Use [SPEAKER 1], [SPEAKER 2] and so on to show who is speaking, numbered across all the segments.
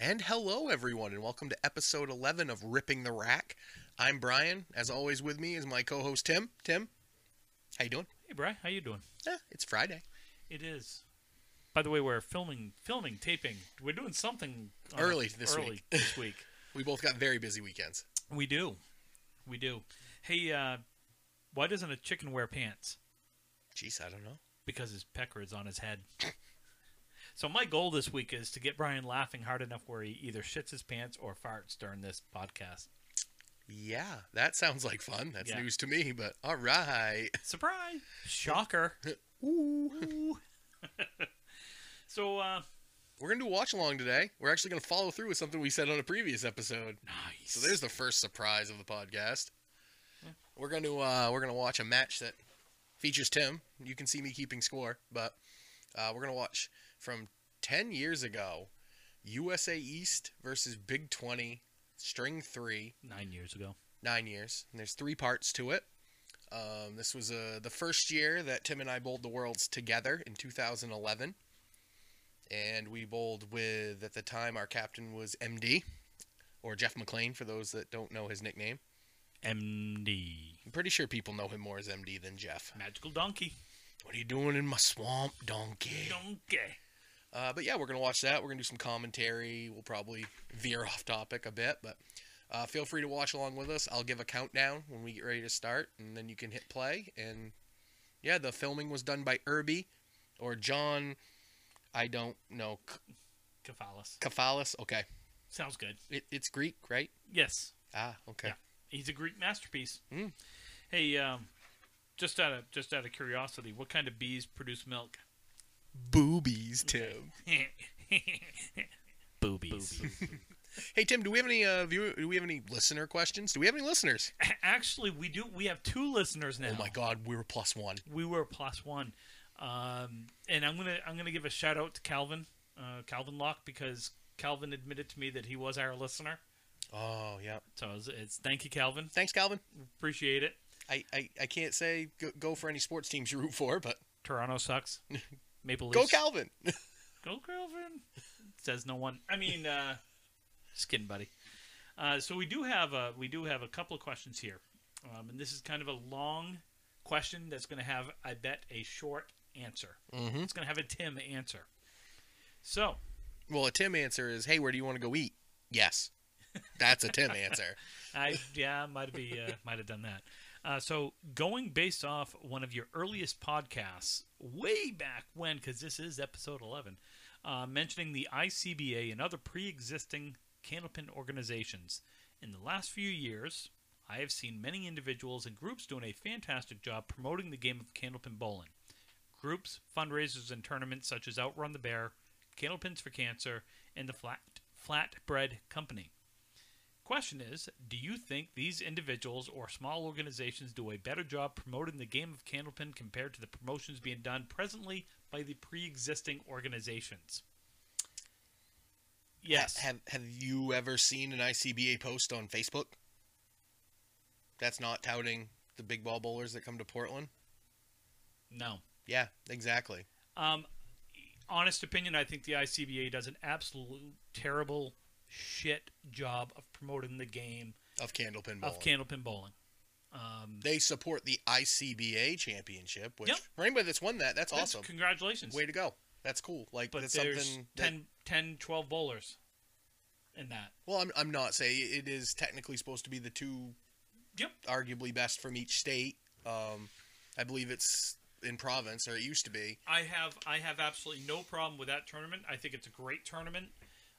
[SPEAKER 1] And hello, everyone, and welcome to episode 11 of Ripping the Rack. I'm Brian. As always, with me is my co-host Tim. Tim, how you doing?
[SPEAKER 2] Hey, Bry, how you doing?
[SPEAKER 1] Eh, it's Friday.
[SPEAKER 2] It is. By the way, we're filming, filming, taping. We're doing something on-
[SPEAKER 1] Early this
[SPEAKER 2] early
[SPEAKER 1] week.
[SPEAKER 2] this week.
[SPEAKER 1] We both got very busy weekends.
[SPEAKER 2] We do, we do. Hey, uh, why doesn't a chicken wear pants?
[SPEAKER 1] Jeez, I don't know.
[SPEAKER 2] Because his pecker is on his head. So my goal this week is to get Brian laughing hard enough where he either shits his pants or farts during this podcast.
[SPEAKER 1] Yeah, that sounds like fun. That's
[SPEAKER 2] Yeah.
[SPEAKER 1] news to me, but all right.
[SPEAKER 2] Surprise! Shocker! Ooh. so, uh,
[SPEAKER 1] We're going to do a watch along today. We're actually going to follow through with something we said on a previous episode.
[SPEAKER 2] nice.
[SPEAKER 1] So there's the first surprise of the podcast. We're going to uh, we're going to watch a match that features Tim. You can see me keeping score, but uh, we're going to watch from 10 years ago, USA East versus Big 20 String 3
[SPEAKER 2] nine years ago.
[SPEAKER 1] nine years. And there's three parts to it. Um, this was uh, the first year that Tim and I bowled the worlds together in 2011, and we bowled with at the time our captain was MD, or Jeff McLean for those that don't know his nickname.
[SPEAKER 2] MD.
[SPEAKER 1] I'm pretty sure people know him more as MD than Jeff.
[SPEAKER 2] Magical donkey.
[SPEAKER 1] What are you doing in my swamp, donkey?
[SPEAKER 2] Donkey.
[SPEAKER 1] Uh, but yeah, we're gonna watch that. We're gonna do some commentary. We'll probably veer off topic a bit, but uh, feel free to watch along with us. I'll give a countdown when we get ready to start, and then you can hit play. And yeah, the filming was done by Irby or John. I don't know K-
[SPEAKER 2] Kefalis.
[SPEAKER 1] Kafalis. Okay,
[SPEAKER 2] Sounds good.
[SPEAKER 1] it, it's Greek, right?
[SPEAKER 2] Yes,
[SPEAKER 1] Ah, okay.
[SPEAKER 2] Yeah. he's a Greek masterpiece.
[SPEAKER 1] Mm.
[SPEAKER 2] Hey, um, just out of just out of curiosity, what kind of bees produce milk?
[SPEAKER 1] Boobies, Tim.
[SPEAKER 2] Boobies.
[SPEAKER 1] Hey, Tim, do we have any uh, view? Do we have any listener questions? Do we have any listeners?
[SPEAKER 2] Actually, we do. We have two listeners now.
[SPEAKER 1] Oh my God, we were plus one.
[SPEAKER 2] We were plus one, um, and I'm gonna I'm gonna give a shout out to Calvin, uh, Calvin Locke, because Calvin admitted to me that he was our listener.
[SPEAKER 1] Oh yeah.
[SPEAKER 2] So it's, it's thank you, Calvin.
[SPEAKER 1] Thanks, Calvin.
[SPEAKER 2] Appreciate it.
[SPEAKER 1] I, I, I can't say go, go for any sports teams you root for, but
[SPEAKER 2] Toronto sucks. Maple Leafs.
[SPEAKER 1] go Calvin.
[SPEAKER 2] Go Calvin. Says no one. I mean, uh, just kidding, buddy. Uh, so we do have a we do have a couple of questions here, um, and this is kind of a long question that's going to have, I bet, a short answer.
[SPEAKER 1] Mm-hmm.
[SPEAKER 2] It's going to have a Tim answer. So
[SPEAKER 1] Well, a Tim answer is, hey, where do you want to go eat? Yes. That's a Tim answer.
[SPEAKER 2] I yeah might be uh, might have done that. Uh, so going based off one of your earliest podcasts, way back when, because this is episode eleven, uh, mentioning the ICBA and other pre-existing candlepin organizations. In the last few years, I have seen many individuals and groups doing a fantastic job promoting the game of candlepin bowling. Groups, fundraisers, and tournaments such as Outrun the Bear, Candlepins for Cancer, and the Flat Flatbread Company. Question is, do you think these individuals or small organizations do a better job promoting the game of Candlepin compared to the promotions being done presently by the pre-existing organizations? Yes.
[SPEAKER 1] Ha- have Have you ever seen an ICBA post on Facebook? That's not touting the big ball bowlers that come to Portland.
[SPEAKER 2] no.
[SPEAKER 1] Yeah, exactly.
[SPEAKER 2] Um, honest opinion, I think the ICBA does an absolute terrible shit job of promoting the game
[SPEAKER 1] Of candlepin bowling.
[SPEAKER 2] of Candlepin bowling. Um,
[SPEAKER 1] they support the ICBA championship, which
[SPEAKER 2] Yep.
[SPEAKER 1] for anybody that's won that, that's,
[SPEAKER 2] that's-
[SPEAKER 1] awesome.
[SPEAKER 2] Congratulations.
[SPEAKER 1] Way to go. That's cool. Like
[SPEAKER 2] but
[SPEAKER 1] that's
[SPEAKER 2] there's
[SPEAKER 1] something that
[SPEAKER 2] 10, 10, 12 bowlers in that.
[SPEAKER 1] Well, I'm, I'm not saying it is technically supposed to be the two,
[SPEAKER 2] Yep.
[SPEAKER 1] arguably best from each state. Um, I believe it's in province, or it used to be.
[SPEAKER 2] I have I have absolutely no problem with that tournament. I think it's a great tournament.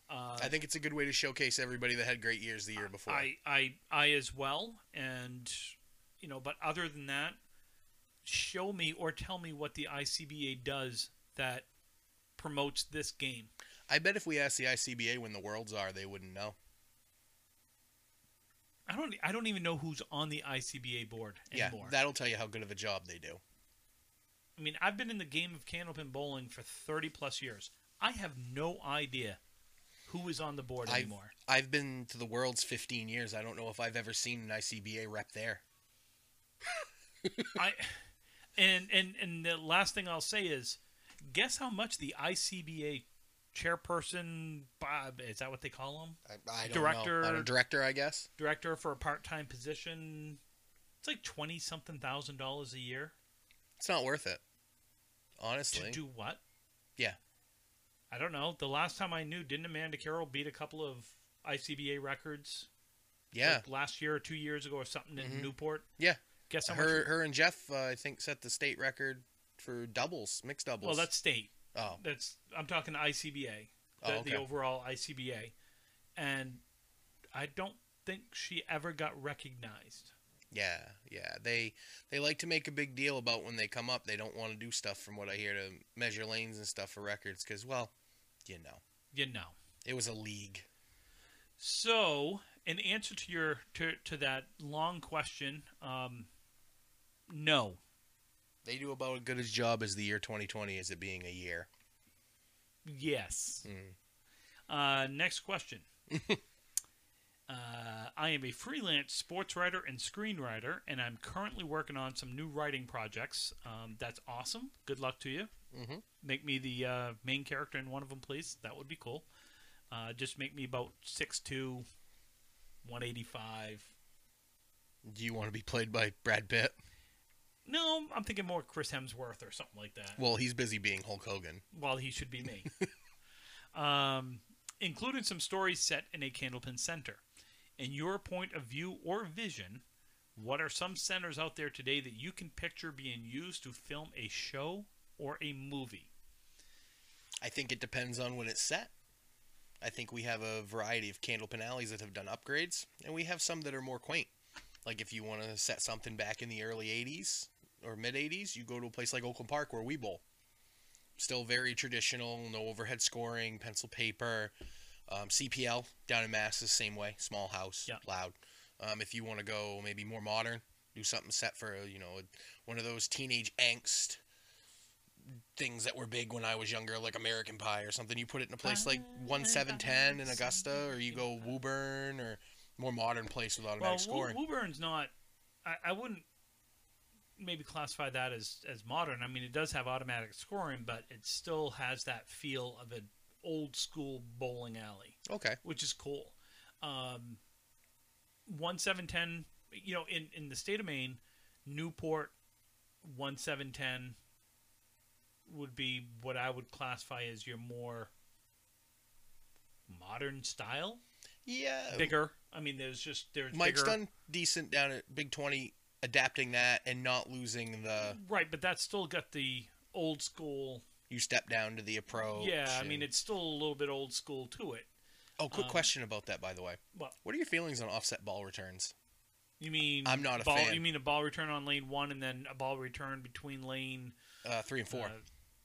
[SPEAKER 2] Uh,
[SPEAKER 1] I think it's a good way to showcase everybody that had great years the year before.
[SPEAKER 2] I, I I as well, and you know, but other than that, show me or tell me what the ICBA does that promotes this game.
[SPEAKER 1] I bet if we asked the ICBA when the worlds are, they wouldn't know.
[SPEAKER 2] I don't I don't even know who's on the ICBA board anymore.
[SPEAKER 1] Yeah, that'll tell you how good of a job they do.
[SPEAKER 2] I mean, I've been in the game of candlepin bowling for thirty plus years. I have no idea who is on the board
[SPEAKER 1] I've-
[SPEAKER 2] anymore.
[SPEAKER 1] I've been to the worlds 15 years. I don't know if I've ever seen an ICBA rep there.
[SPEAKER 2] I and and and the last thing I'll say is, guess how much the ICBA chairperson. Bob, is that what they call him?
[SPEAKER 1] I, I don't
[SPEAKER 2] Director-
[SPEAKER 1] know. I don't- director, I guess.
[SPEAKER 2] Director for a part-time position. It's like twenty something thousand dollars a year
[SPEAKER 1] It's not worth it. Honestly.
[SPEAKER 2] to do what?
[SPEAKER 1] Yeah.
[SPEAKER 2] I don't know. The last time I knew, didn't Amanda Carroll beat a couple of ICBA records?
[SPEAKER 1] yeah.
[SPEAKER 2] like, last year or two years ago or something in
[SPEAKER 1] Mhm.
[SPEAKER 2] Newport.
[SPEAKER 1] Yeah.
[SPEAKER 2] Guess how
[SPEAKER 1] her
[SPEAKER 2] much?
[SPEAKER 1] her and Jeff uh, I think set the state record for doubles, mixed doubles.
[SPEAKER 2] Well, that's state.
[SPEAKER 1] oh,
[SPEAKER 2] That's I'm talking ICBA,
[SPEAKER 1] Oh,
[SPEAKER 2] the,
[SPEAKER 1] okay.
[SPEAKER 2] the overall ICBA, and I don't think she ever got recognized.
[SPEAKER 1] yeah, yeah. They they like to make a big deal about when they come up. They don't want to do stuff from what I hear to measure lanes and stuff for records because well, you know,
[SPEAKER 2] You know.
[SPEAKER 1] it was a league.
[SPEAKER 2] So, in answer to your to, to that long question, um, no,
[SPEAKER 1] They do about as good a job as the year 2020 as it being a year.
[SPEAKER 2] yes.
[SPEAKER 1] Mm.
[SPEAKER 2] Uh, next question. uh, I am a freelance sports writer and screenwriter, and I'm currently working on some new writing projects. Um, that's awesome. Good luck to you.
[SPEAKER 1] Mm-hmm.
[SPEAKER 2] Make me the uh, main character in one of them, please. That would be cool. Uh, just make me about 6'2, 185.
[SPEAKER 1] Do you want to be played by Brad Pitt?
[SPEAKER 2] No, I'm thinking more Chris Hemsworth or something like that.
[SPEAKER 1] Well, he's busy being Hulk Hogan.
[SPEAKER 2] while he should be me. um, including some stories set in a Candlepin center. In your point of view or vision, what are some centers out there today that you can picture being used to film a show or a movie?
[SPEAKER 1] I think it depends on when it's set. I think we have a variety of candlepin alleys that have done upgrades, and we have some that are more quaint. Like if you want to set something back in the early '80s or mid '80s, you go to a place like Oakland Park where we bowl. Still very traditional, no overhead scoring, pencil paper. Um, CPL down in Mass is the same way, small house,
[SPEAKER 2] Yeah.
[SPEAKER 1] loud. Um, if you want to go maybe more modern, do something set for you know one of those teenage angst things that were big when I was younger, like American Pie or something. You put it in a place like one seven ten in Augusta, or you go Woburn or more modern place with automatic
[SPEAKER 2] Well,
[SPEAKER 1] scoring.
[SPEAKER 2] Wo- Woburn's not. I, I wouldn't maybe classify that as as modern. I mean, it does have automatic scoring, but it still has that feel of an old school bowling alley.
[SPEAKER 1] okay,
[SPEAKER 2] which is cool. Um, one seven ten, you know, in in the state of Maine, Newport one seven ten would be what I would classify as your more modern style,
[SPEAKER 1] yeah.
[SPEAKER 2] bigger. I mean, there's just there's
[SPEAKER 1] Mike's
[SPEAKER 2] bigger,
[SPEAKER 1] done decent down at Big Twenty, adapting that and not losing the.
[SPEAKER 2] right, but that's still got the old school.
[SPEAKER 1] You step down to the approach.
[SPEAKER 2] yeah, I mean,
[SPEAKER 1] and-
[SPEAKER 2] it's still a little bit old school to it.
[SPEAKER 1] Oh, quick
[SPEAKER 2] um,
[SPEAKER 1] question about that, by the way.
[SPEAKER 2] what?
[SPEAKER 1] What are your feelings on offset ball returns?
[SPEAKER 2] You mean
[SPEAKER 1] I'm not a
[SPEAKER 2] ball,
[SPEAKER 1] fan.
[SPEAKER 2] You mean a ball return on lane one and then a ball return between lane
[SPEAKER 1] Uh, three and four,
[SPEAKER 2] uh,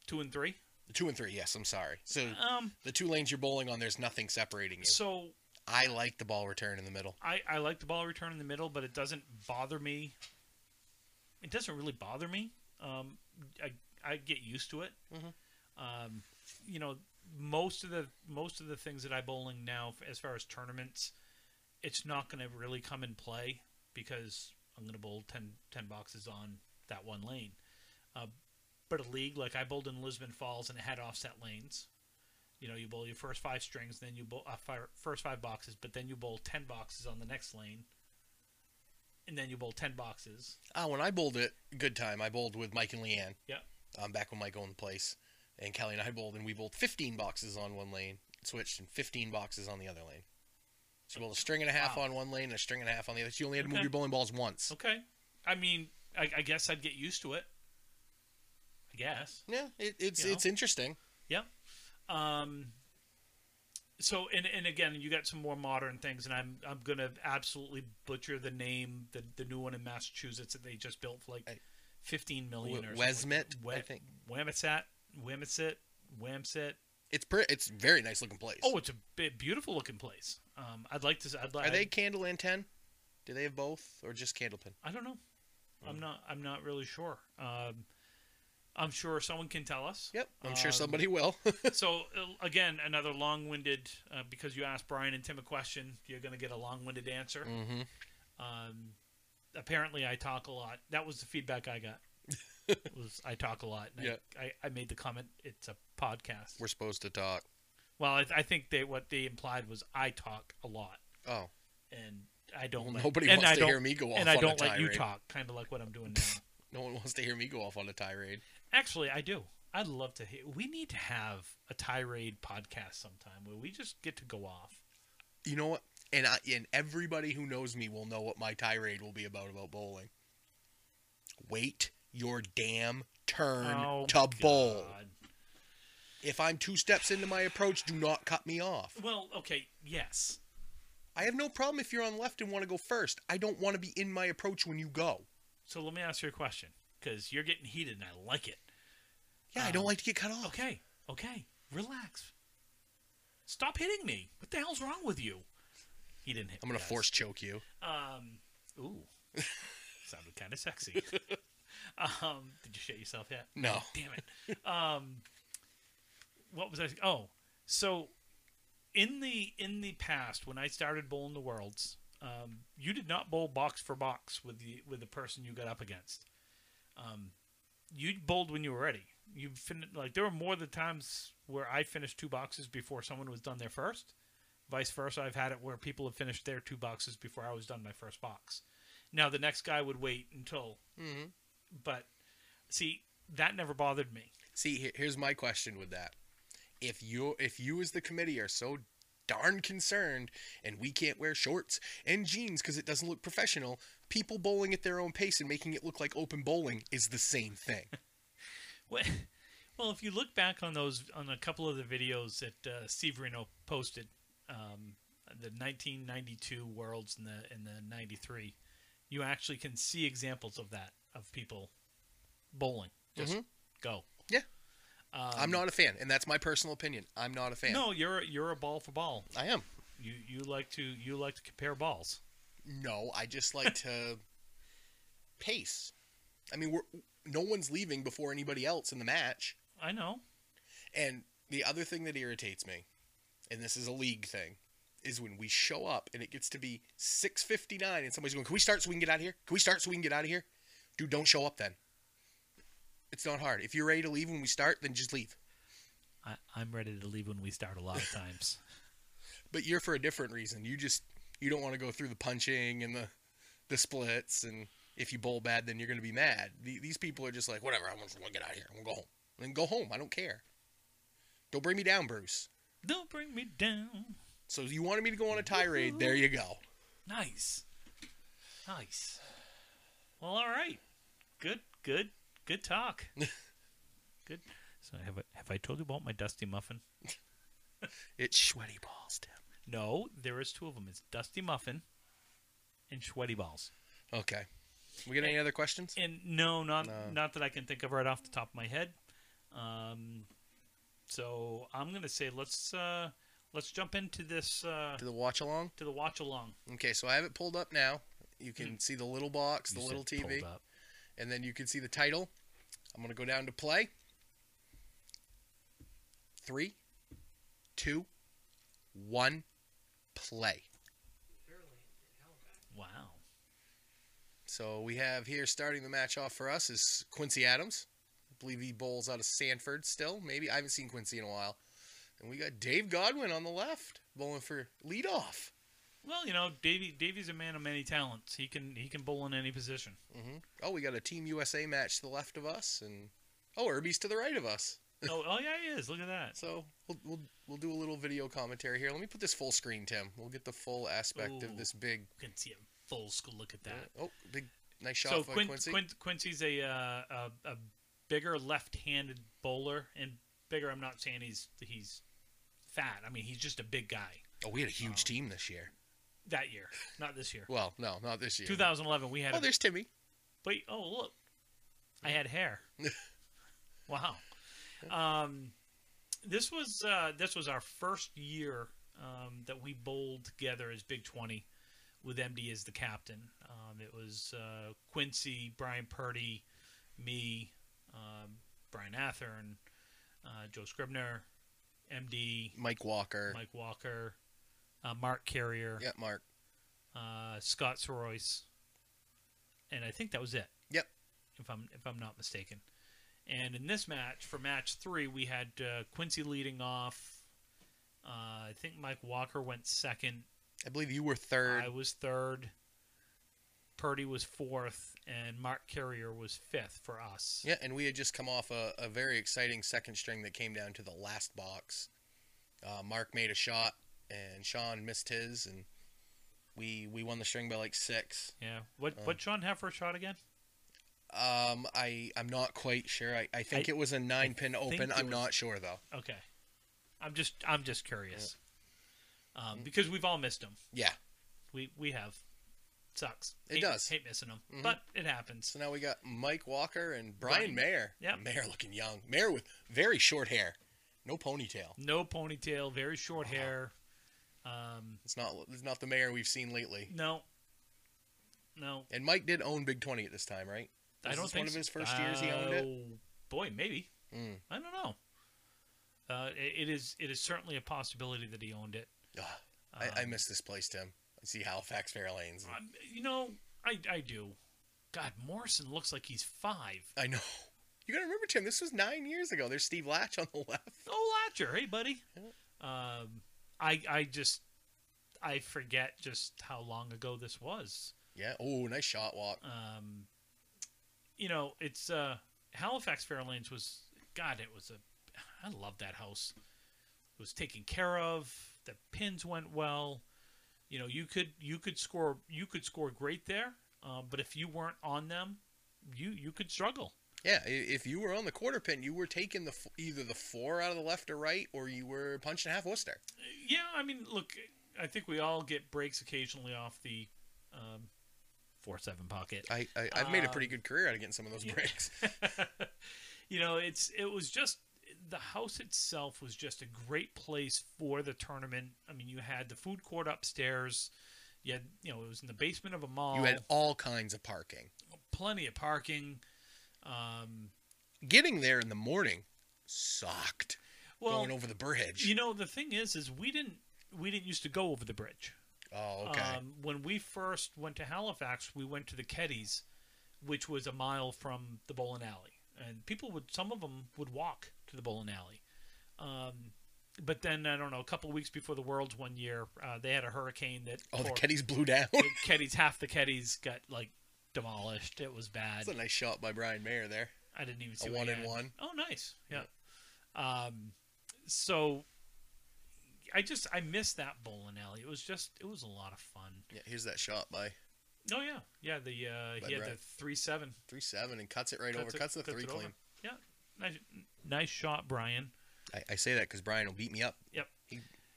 [SPEAKER 2] two and three.
[SPEAKER 1] two and three. Yes, I'm sorry. So
[SPEAKER 2] Um,
[SPEAKER 1] the two lanes you're bowling on, there's nothing separating you.
[SPEAKER 2] so
[SPEAKER 1] I like the ball return in the middle.
[SPEAKER 2] I, I like the ball return in the middle, but it doesn't bother me. It doesn't really bother me. Um, I, I get used to it.
[SPEAKER 1] Mhm.
[SPEAKER 2] Um, you know, most of the most of the things that I bowling now, f- as far as tournaments, it's not going to really come in play because I'm going to bowl 10, 10 boxes on that one lane. Uh, but a league like I bowled in Lisbon Falls and it had offset lanes. You know, you bowl your first five strings, then you bowl uh, fire, first five boxes, but then you bowl ten boxes on the next lane, and then you bowl ten boxes.
[SPEAKER 1] Ah, when I bowled it, good time. I bowled with Mike and Leanne.
[SPEAKER 2] Yeah.
[SPEAKER 1] Um, back when Mike owned the place, and Kelly and I bowled, and we bowled 15 boxes on one lane, switched, and 15 boxes on the other lane. So you bowled a string and a half
[SPEAKER 2] Wow.
[SPEAKER 1] on one lane, and a string and a half on the other. So you only had to
[SPEAKER 2] Okay.
[SPEAKER 1] move your bowling balls once.
[SPEAKER 2] Okay, I mean, I, I guess I'd get used to it. I guess.
[SPEAKER 1] Yeah, it, it's
[SPEAKER 2] You know?
[SPEAKER 1] it's interesting.
[SPEAKER 2] Um, so and, and again, you got some more modern things, and I'm I'm gonna absolutely butcher the name the the new one in Massachusetts that they just built for like
[SPEAKER 1] I-
[SPEAKER 2] fifteen million or
[SPEAKER 1] W-
[SPEAKER 2] something like
[SPEAKER 1] Wesmet,
[SPEAKER 2] that.
[SPEAKER 1] I think
[SPEAKER 2] Wamisat, Wamisat, Wamsit.
[SPEAKER 1] it's pretty. It's a very nice looking place.
[SPEAKER 2] Oh, it's a bi- beautiful looking place. Um, I'd like to. s- I'd like.
[SPEAKER 1] are they candle and ten? Do they have both, or just candlepin?
[SPEAKER 2] I don't know. I'm
[SPEAKER 1] Mm.
[SPEAKER 2] not. I'm not really sure. Um, I'm sure someone can tell us.
[SPEAKER 1] Yep, I'm sure
[SPEAKER 2] Um,
[SPEAKER 1] somebody will.
[SPEAKER 2] so uh, again, another long-winded uh, because you asked Brian and Tim a question, you're going to get a long-winded answer.
[SPEAKER 1] mm-hmm.
[SPEAKER 2] Um, apparently, I talk a lot. That was the feedback I got. was I talk a lot? And I-
[SPEAKER 1] Yeah.
[SPEAKER 2] I, I made the comment. It's a podcast.
[SPEAKER 1] We're supposed to talk.
[SPEAKER 2] Well, I, I think they what they implied was I talk a lot,
[SPEAKER 1] Oh,
[SPEAKER 2] and I don't.
[SPEAKER 1] well,
[SPEAKER 2] let-
[SPEAKER 1] nobody
[SPEAKER 2] and
[SPEAKER 1] wants
[SPEAKER 2] I
[SPEAKER 1] to
[SPEAKER 2] don't-
[SPEAKER 1] hear me go off
[SPEAKER 2] And
[SPEAKER 1] on
[SPEAKER 2] I
[SPEAKER 1] a
[SPEAKER 2] don't let
[SPEAKER 1] tirade.
[SPEAKER 2] you talk, kind of like what I'm doing now.
[SPEAKER 1] No one wants to hear me go off on a tirade.
[SPEAKER 2] Actually, I do. I'd love to. Hear, we need to have a tirade podcast sometime where we just get to go off.
[SPEAKER 1] You know what? And I, and everybody who knows me will know what my tirade will be about about bowling. Wait your damn turn
[SPEAKER 2] Oh,
[SPEAKER 1] to bowl.
[SPEAKER 2] God.
[SPEAKER 1] If I'm two steps into my approach, do not cut me off.
[SPEAKER 2] Well, okay, yes.
[SPEAKER 1] I have no problem if you're on left and want to go first. I don't want to be in my approach when you go.
[SPEAKER 2] So let me ask you a question because you're getting heated and I like it.
[SPEAKER 1] Yeah, I don't
[SPEAKER 2] Um,
[SPEAKER 1] like to get cut off.
[SPEAKER 2] Okay, okay, relax. Stop hitting me. What the hell's wrong with you? He didn't hit.
[SPEAKER 1] I'm
[SPEAKER 2] me,
[SPEAKER 1] gonna
[SPEAKER 2] guys.
[SPEAKER 1] force choke you.
[SPEAKER 2] Um, ooh, sounded kind of sexy. um, did you shit yourself yet?
[SPEAKER 1] No.
[SPEAKER 2] Damn it. Um, what was I? Oh, so in the in the past when I started bowling the worlds, um, you did not bowl box for box with the with the person you got up against. Um, you bowled when you were ready. You fin- like there were more the times where I finished two boxes before someone was done their first. Vice versa, I've had it where people have finished their two boxes before I was done my first box. Now the next guy would wait until,
[SPEAKER 1] Mm-hmm.
[SPEAKER 2] but see that never bothered me.
[SPEAKER 1] See, here- here's my question with that. If you if you as the committee are so darn concerned and we can't wear shorts and jeans cuz it doesn't look professional, people bowling at their own pace and making it look like open bowling is the same thing.
[SPEAKER 2] Well, well, if you look back on those on a couple of the videos that uh, Steve Reno posted, um, the 1992 Worlds and the and the 93, you actually can see examples of that of people bowling just
[SPEAKER 1] Mhm.
[SPEAKER 2] go.
[SPEAKER 1] Yeah.
[SPEAKER 2] um,
[SPEAKER 1] I'm not a fan and that's my personal opinion. I'm not a fan.
[SPEAKER 2] No, you're you're a ball for ball.
[SPEAKER 1] I am.
[SPEAKER 2] You you like to you like to compare balls.
[SPEAKER 1] No, I just like to pace. I mean, we're no one's leaving before anybody else in the match.
[SPEAKER 2] I know.
[SPEAKER 1] And the other thing that irritates me, and this is a league thing, is when we show up and it gets to be 6:59 and somebody's going, "Can we start so we can get out of here? Can we start so we can get out of here?" Dude, don't show up then. It's not hard. If you're ready to leave when we start, then just leave.
[SPEAKER 2] I, I'm ready to leave when we start a lot of times.
[SPEAKER 1] But you're for a different reason. You just you don't want to go through the punching and the the splits and if you bowl bad, then you're going to be mad. The- These people are just like, whatever. I'm going to get out of here. I'm going to go home. Then go home. I don't care. Don't bring me down, Bruce.
[SPEAKER 2] Don't bring me down.
[SPEAKER 1] So you wanted me to go on a tirade. There you go.
[SPEAKER 2] Nice. Nice. Well, all right. Good, good, good talk. good. So have I, have I told you about my dusty muffin?
[SPEAKER 1] It's sweaty balls, Tim.
[SPEAKER 2] No, there is two of them. It's dusty muffin and sweaty balls.
[SPEAKER 1] Okay. We get any other questions?
[SPEAKER 2] And no, not
[SPEAKER 1] No.
[SPEAKER 2] not that I can think of right off the top of my head. Um, so I'm gonna say let's uh, let's jump into this uh,
[SPEAKER 1] To the watch along?
[SPEAKER 2] to the watch along.
[SPEAKER 1] Okay, so I have it pulled up now. You can see the little box, the
[SPEAKER 2] You
[SPEAKER 1] little
[SPEAKER 2] said pulled
[SPEAKER 1] TV,
[SPEAKER 2] up.
[SPEAKER 1] and then you can see the title. I'm going to go down to play. Three, two, one, play.
[SPEAKER 2] Wow.
[SPEAKER 1] So we have here starting the match off for us is Quincy Adams. I believe he bowls out of Sanford still. Maybe I haven't seen Quincy in a while. And we got Dave Godwin on the left bowling for leadoff.
[SPEAKER 2] Well, you know, Davy Davy's a man of many talents. He can he can bowl in any position.
[SPEAKER 1] hmm Oh, we got a Team USA match to the left of us, and oh, Irby's to the right of us.
[SPEAKER 2] oh, oh yeah, he is. Look at that.
[SPEAKER 1] So we'll, we'll we'll do a little video commentary here. Let me put this full screen, Tim. We'll get the full aspect
[SPEAKER 2] Ooh.
[SPEAKER 1] of this big.
[SPEAKER 2] You can see a full school look at that.
[SPEAKER 1] Oh, big nice shot
[SPEAKER 2] So
[SPEAKER 1] by
[SPEAKER 2] Quin-
[SPEAKER 1] Quincy.
[SPEAKER 2] Quin- Quincy's a, uh, a a bigger left-handed bowler, and bigger. I'm not saying he's he's fat. I mean he's just a big guy.
[SPEAKER 1] oh, we had a huge
[SPEAKER 2] Wow.
[SPEAKER 1] team this year.
[SPEAKER 2] That year, not this year.
[SPEAKER 1] Well, no, not this year.
[SPEAKER 2] 2011, we had.
[SPEAKER 1] Oh,
[SPEAKER 2] a,
[SPEAKER 1] there's Timmy.
[SPEAKER 2] wait, oh look, I had hair. wow. Um, this was uh, this was our first year um, that we bowled together as Big Twenty, with MD as the captain. Um, it was uh, Quincy, Brian Purdy, me, um, Brian Athern, uh, Joe Scribner, MD,
[SPEAKER 1] Mike Walker.
[SPEAKER 2] Mike Walker, uh, Mark Carrier,
[SPEAKER 1] Yeah, Mark.
[SPEAKER 2] uh, Scott Sorois, and I think that was it.
[SPEAKER 1] Yep.
[SPEAKER 2] If I'm if I'm not mistaken. And in this match, for match three, we had uh, Quincy leading off, Uh, I think Mike Walker went second.
[SPEAKER 1] I believe you were third.
[SPEAKER 2] I was third. Purdy was fourth, and Mark Carrier was fifth for us.
[SPEAKER 1] Yeah, and we had just come off a, a very exciting second string that came down to the last box. Uh, Mark made a shot, and Sean missed his, and we we won the string by like six.
[SPEAKER 2] Yeah. What
[SPEAKER 1] Uh,
[SPEAKER 2] what John have for a shot again?
[SPEAKER 1] Um, I I'm not quite sure. I, I think
[SPEAKER 2] I-
[SPEAKER 1] it was a nine pin open.
[SPEAKER 2] it
[SPEAKER 1] I'm
[SPEAKER 2] was-
[SPEAKER 1] not sure though.
[SPEAKER 2] Okay. I'm just I'm just
[SPEAKER 1] Mm.
[SPEAKER 2] curious. Um, because we've all missed them.
[SPEAKER 1] Yeah.
[SPEAKER 2] We we have. Sucks.
[SPEAKER 1] It
[SPEAKER 2] Hate-
[SPEAKER 1] does.
[SPEAKER 2] Hate missing them,
[SPEAKER 1] Mhm.
[SPEAKER 2] but it happens.
[SPEAKER 1] So now we got Mike Walker and Brian
[SPEAKER 2] Brian.
[SPEAKER 1] Mayer.
[SPEAKER 2] Yep.
[SPEAKER 1] Mayer looking young. Mayer with very short hair, no ponytail.
[SPEAKER 2] No ponytail, very short
[SPEAKER 1] Wow.
[SPEAKER 2] hair. Um,
[SPEAKER 1] It's not it's not the Mayer we've seen lately.
[SPEAKER 2] no. No,
[SPEAKER 1] And Mike did own Big Twenty at this time, right?
[SPEAKER 2] I
[SPEAKER 1] Was
[SPEAKER 2] don't
[SPEAKER 1] this
[SPEAKER 2] think
[SPEAKER 1] one of
[SPEAKER 2] so.
[SPEAKER 1] his first years he owned it?
[SPEAKER 2] Oh, Boy, maybe.
[SPEAKER 1] Mm.
[SPEAKER 2] I don't know. Uh, it, it is it is certainly a possibility that he owned it.
[SPEAKER 1] Ugh, I, I
[SPEAKER 2] Um,
[SPEAKER 1] miss this place, Tim. I see Halifax Fair Lanes. and-
[SPEAKER 2] I'm- um, you know, I I do. God, Morrison looks like he's five.
[SPEAKER 1] I know. You gotta remember, Tim. This was nine years ago. There's Steve Latch on the left.
[SPEAKER 2] Oh, Latcher, hey buddy.
[SPEAKER 1] Yeah.
[SPEAKER 2] Um, I I just I forget just how long ago this was.
[SPEAKER 1] Yeah. Oh, nice shot walk.
[SPEAKER 2] Um, you know, it's uh, Halifax Fairlanes was God. It was a I love that house. It was taken care of. The pins went well. You know, you could you could score you could score great there, uh, but if you weren't on them, you you could struggle.
[SPEAKER 1] Yeah. i- If you were on the quarter pin, you were taking the f- either the four out of the left or right, or you were punching half Worcester.
[SPEAKER 2] Yeah, I mean, look, I think we all get breaks occasionally off the um, four seven pocket.
[SPEAKER 1] I, I I've made a pretty good career out of getting some of those
[SPEAKER 2] Um, Yeah.
[SPEAKER 1] breaks.
[SPEAKER 2] you know, it's it was just the house itself was just a great place for the tournament. I mean, you had the food court upstairs. You had, you know, it was in the basement of a mall.
[SPEAKER 1] You had all kinds of parking.
[SPEAKER 2] plenty of parking. Um,
[SPEAKER 1] Getting there in the morning sucked.
[SPEAKER 2] well,
[SPEAKER 1] Going over the bridge.
[SPEAKER 2] you know, the thing is, is we didn't we didn't used to go over the bridge.
[SPEAKER 1] oh, okay.
[SPEAKER 2] Um, when we first went to Halifax, we went to the Keddies, which was a mile from the bowling alley, and people would some of them would walk to the bowling alley. Um, but then I don't know, a couple of weeks before the Worlds one year, uh, they had a hurricane that
[SPEAKER 1] oh, the
[SPEAKER 2] tore-
[SPEAKER 1] Keddies blew down.
[SPEAKER 2] the Keddies half the Keddies got like demolished. It was bad.
[SPEAKER 1] That's a nice shot by Brian Mayer there.
[SPEAKER 2] I didn't even see
[SPEAKER 1] A
[SPEAKER 2] what
[SPEAKER 1] one
[SPEAKER 2] he
[SPEAKER 1] and
[SPEAKER 2] had.
[SPEAKER 1] one.
[SPEAKER 2] Oh, nice. Yeah. Um, so I just I miss that bowling alley. It was just it was a lot of fun.
[SPEAKER 1] Yeah, here's that shot by
[SPEAKER 2] Oh yeah, yeah. The uh,
[SPEAKER 1] By
[SPEAKER 2] he had the
[SPEAKER 1] Brett.
[SPEAKER 2] three seven.
[SPEAKER 1] three seven and cuts it right over.
[SPEAKER 2] it-
[SPEAKER 1] Cuts the three
[SPEAKER 2] it over.
[SPEAKER 1] clean.
[SPEAKER 2] Yeah, nice, nice shot, Brian.
[SPEAKER 1] I, I say that because Brian will beat me up.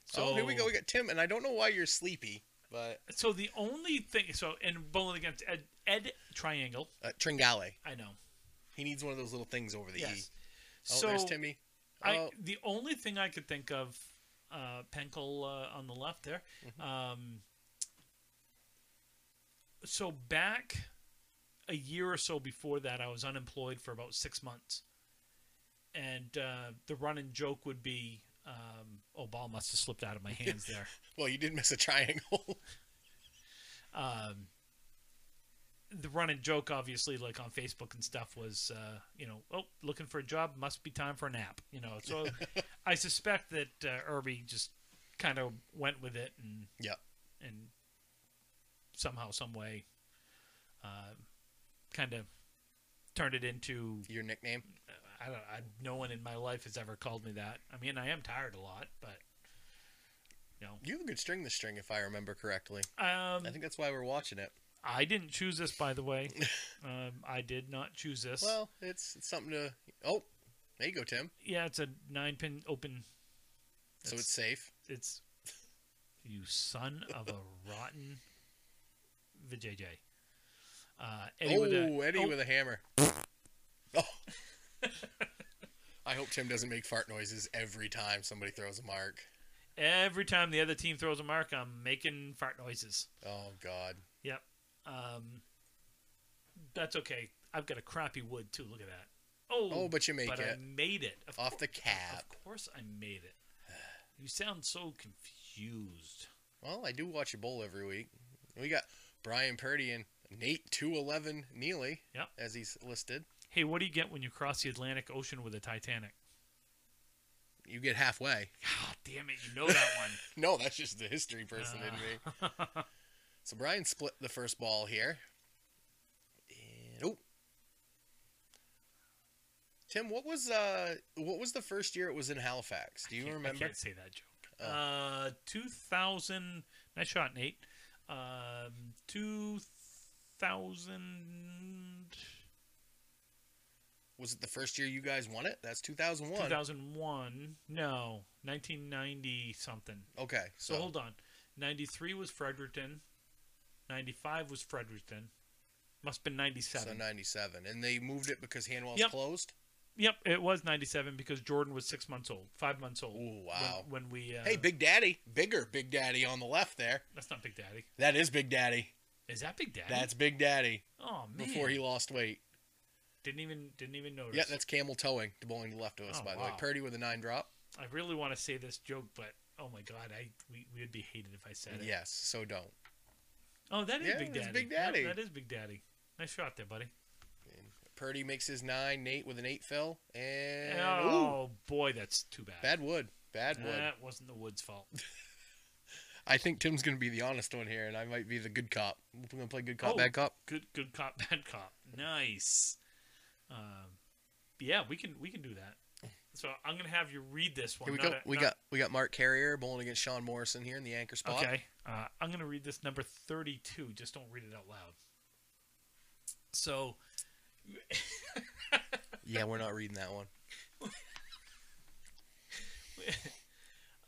[SPEAKER 2] So
[SPEAKER 1] oh, here we go. We got Tim, and I don't know why you're sleepy, but
[SPEAKER 2] So the only thing, so and bowling against Ed, Ed Triangle.
[SPEAKER 1] uh, Tringale.
[SPEAKER 2] I know.
[SPEAKER 1] He needs one of those little things over the e.
[SPEAKER 2] Yes.
[SPEAKER 1] Oh,
[SPEAKER 2] So
[SPEAKER 1] there's Timmy.
[SPEAKER 2] I,
[SPEAKER 1] Oh.
[SPEAKER 2] the only thing I could think of, uh, Penkel uh, on the left there. Um, so back a year or so before that, I was unemployed for about six months, and uh, the running joke would be, um, "Oh, ball must have slipped out of my hands there."
[SPEAKER 1] Well, you did miss a triangle.
[SPEAKER 2] um, the running joke, obviously, like on Facebook and stuff, was uh, you know, oh, looking for a job, must be time for a nap. You know, so I suspect that uh, Irby just kind of went with it and
[SPEAKER 1] yeah.
[SPEAKER 2] and somehow, some way, uh, kind of turned it into. uh,
[SPEAKER 1] Your nickname.
[SPEAKER 2] I don't. I, no one in my life has ever called me that. I mean, I am tired a lot, but you know,
[SPEAKER 1] You have a good string this string, if I remember correctly.
[SPEAKER 2] um,
[SPEAKER 1] I think that's why we're watching it.
[SPEAKER 2] I didn't choose this, by the way. um, I did not choose this.
[SPEAKER 1] Well, it's, it's something to. Oh, there you go, Tim.
[SPEAKER 2] yeah, it's a nine pin open.
[SPEAKER 1] so it's safe.
[SPEAKER 2] it's you son of a rotten vjj. Uh, Eddie
[SPEAKER 1] oh,
[SPEAKER 2] with a,
[SPEAKER 1] Eddie
[SPEAKER 2] oh,
[SPEAKER 1] with a hammer. oh. I hope Tim doesn't make fart noises every time somebody throws a mark.
[SPEAKER 2] every time the other team throws a mark, I'm making fart noises.
[SPEAKER 1] Oh God.
[SPEAKER 2] Yep. Um, that's okay. I've got a crappy wood too. Look at that. Oh,
[SPEAKER 1] Oh, but you make
[SPEAKER 2] but I
[SPEAKER 1] it
[SPEAKER 2] made it Of
[SPEAKER 1] off the
[SPEAKER 2] Of
[SPEAKER 1] cap.
[SPEAKER 2] course I made it. You sound so confused.
[SPEAKER 1] Well, I do watch a bowl every week. We got Brian Purdy and Nate two eleven Neely.
[SPEAKER 2] Yep.
[SPEAKER 1] As he's listed.
[SPEAKER 2] Hey, what do you get when you cross the Atlantic Ocean with a Titanic?
[SPEAKER 1] You get halfway.
[SPEAKER 2] God damn it, you know that one.
[SPEAKER 1] No, that's just the history person in me.
[SPEAKER 2] Uh,
[SPEAKER 1] So Brian split the first ball here. And oh. Tim, what was uh what was the first year it was in Halifax? Do you
[SPEAKER 2] can't-
[SPEAKER 1] remember?
[SPEAKER 2] I can't say that joke.
[SPEAKER 1] Oh.
[SPEAKER 2] Uh, 2000. Nice shot, Nate. Um, 2000.
[SPEAKER 1] Was it the first year you guys won it? That's 2001.
[SPEAKER 2] 2001. No, 1990 something.
[SPEAKER 1] Okay.
[SPEAKER 2] So
[SPEAKER 1] So,
[SPEAKER 2] hold on. 93 was Fredericton. 95 was Fredericton. Must have been
[SPEAKER 1] so
[SPEAKER 2] 97.
[SPEAKER 1] 97 and they moved it because Hanwell's
[SPEAKER 2] Yep.
[SPEAKER 1] closed.
[SPEAKER 2] yep, it was 97 because Jordan was six months old, five months old.
[SPEAKER 1] Ooh,
[SPEAKER 2] when-
[SPEAKER 1] wow.
[SPEAKER 2] When, we. Uh,
[SPEAKER 1] hey, Big Daddy, bigger Big Daddy on the left there.
[SPEAKER 2] That's not Big Daddy.
[SPEAKER 1] That is Big Daddy.
[SPEAKER 2] Is that Big Daddy?
[SPEAKER 1] That's Big Daddy
[SPEAKER 2] Oh, man.
[SPEAKER 1] before he lost weight.
[SPEAKER 2] Didn't even didn't even notice.
[SPEAKER 1] Yeah, that's Camel Towing, the bowling to the left of us,
[SPEAKER 2] Oh,
[SPEAKER 1] by the way.
[SPEAKER 2] wow.
[SPEAKER 1] Purdy with a nine drop.
[SPEAKER 2] I really want to say this joke, but oh my god, I we we would be hated if I said it.
[SPEAKER 1] Yes, so don't.
[SPEAKER 2] Oh, that is
[SPEAKER 1] Yeah,
[SPEAKER 2] Big
[SPEAKER 1] it's
[SPEAKER 2] Daddy.
[SPEAKER 1] Big
[SPEAKER 2] Yep,
[SPEAKER 1] Daddy.
[SPEAKER 2] that is Big Daddy. Nice shot there, buddy.
[SPEAKER 1] Purdy makes his nine. Nate with an eight fill. And ooh,
[SPEAKER 2] oh boy, that's too bad.
[SPEAKER 1] bad wood. Bad wood.
[SPEAKER 2] That wasn't the Woods' fault.
[SPEAKER 1] I think Tim's going to be the honest one here, and I might be the good cop. We're going to play good cop,
[SPEAKER 2] Oh.
[SPEAKER 1] bad cop.
[SPEAKER 2] Good, good cop, bad cop. Nice. Um, yeah, we can we can do that. So I'm gonna have you read this one.
[SPEAKER 1] Here we
[SPEAKER 2] not
[SPEAKER 1] go.
[SPEAKER 2] a-
[SPEAKER 1] we
[SPEAKER 2] not-
[SPEAKER 1] got we got Mark Carrier bowling against Sean Morrison here in the anchor spot.
[SPEAKER 2] Okay. Uh, I'm going to read this number 32. Just don't read it out loud. So,
[SPEAKER 1] Yeah, we're not reading that one.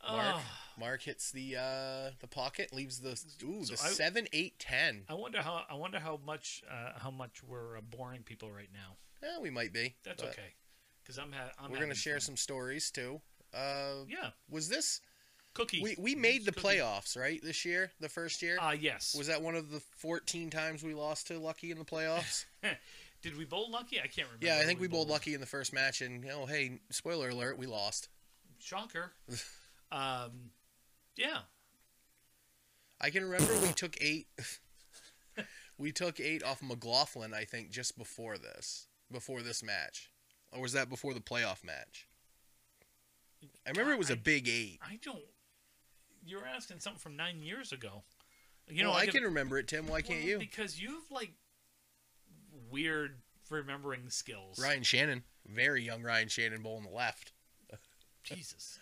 [SPEAKER 1] Mark,
[SPEAKER 2] oh,
[SPEAKER 1] Mark hits the uh, the pocket, leaves the ooh the
[SPEAKER 2] So I-
[SPEAKER 1] seven eight ten.
[SPEAKER 2] I wonder how I wonder how much uh, how much we're uh, boring people right now.
[SPEAKER 1] Eh, we might be.
[SPEAKER 2] That's
[SPEAKER 1] but
[SPEAKER 2] okay, because I'm, ha- I'm
[SPEAKER 1] We're
[SPEAKER 2] going
[SPEAKER 1] going to share some stories too. Uh,
[SPEAKER 2] Yeah,
[SPEAKER 1] was this
[SPEAKER 2] cookie.
[SPEAKER 1] we we made the
[SPEAKER 2] Cookie.
[SPEAKER 1] playoffs right this year? The first year.
[SPEAKER 2] Ah, yes.
[SPEAKER 1] Was that one of the 14 times we lost to Lucky in the playoffs?
[SPEAKER 2] Did we bowl lucky? I can't remember.
[SPEAKER 1] yeah, I
[SPEAKER 2] when
[SPEAKER 1] think we bowled
[SPEAKER 2] bowled.
[SPEAKER 1] Lucky in the first match, and oh hey, spoiler alert, we lost.
[SPEAKER 2] Shocker. um, yeah.
[SPEAKER 1] I can remember we took eight. we took eight off McLaughlin, I think, just before this, before this match, or was that before the playoff match? I remember it was a
[SPEAKER 2] I-
[SPEAKER 1] big eight.
[SPEAKER 2] I don't. You're asking something from nine years ago. You
[SPEAKER 1] You know,
[SPEAKER 2] know,
[SPEAKER 1] I,
[SPEAKER 2] could-
[SPEAKER 1] can remember it, Tim. Why can't
[SPEAKER 2] Well,
[SPEAKER 1] you?
[SPEAKER 2] Because you have like weird remembering skills.
[SPEAKER 1] Ryan Shannon, very young Ryan Shannon, bowl on the left.
[SPEAKER 2] Jesus.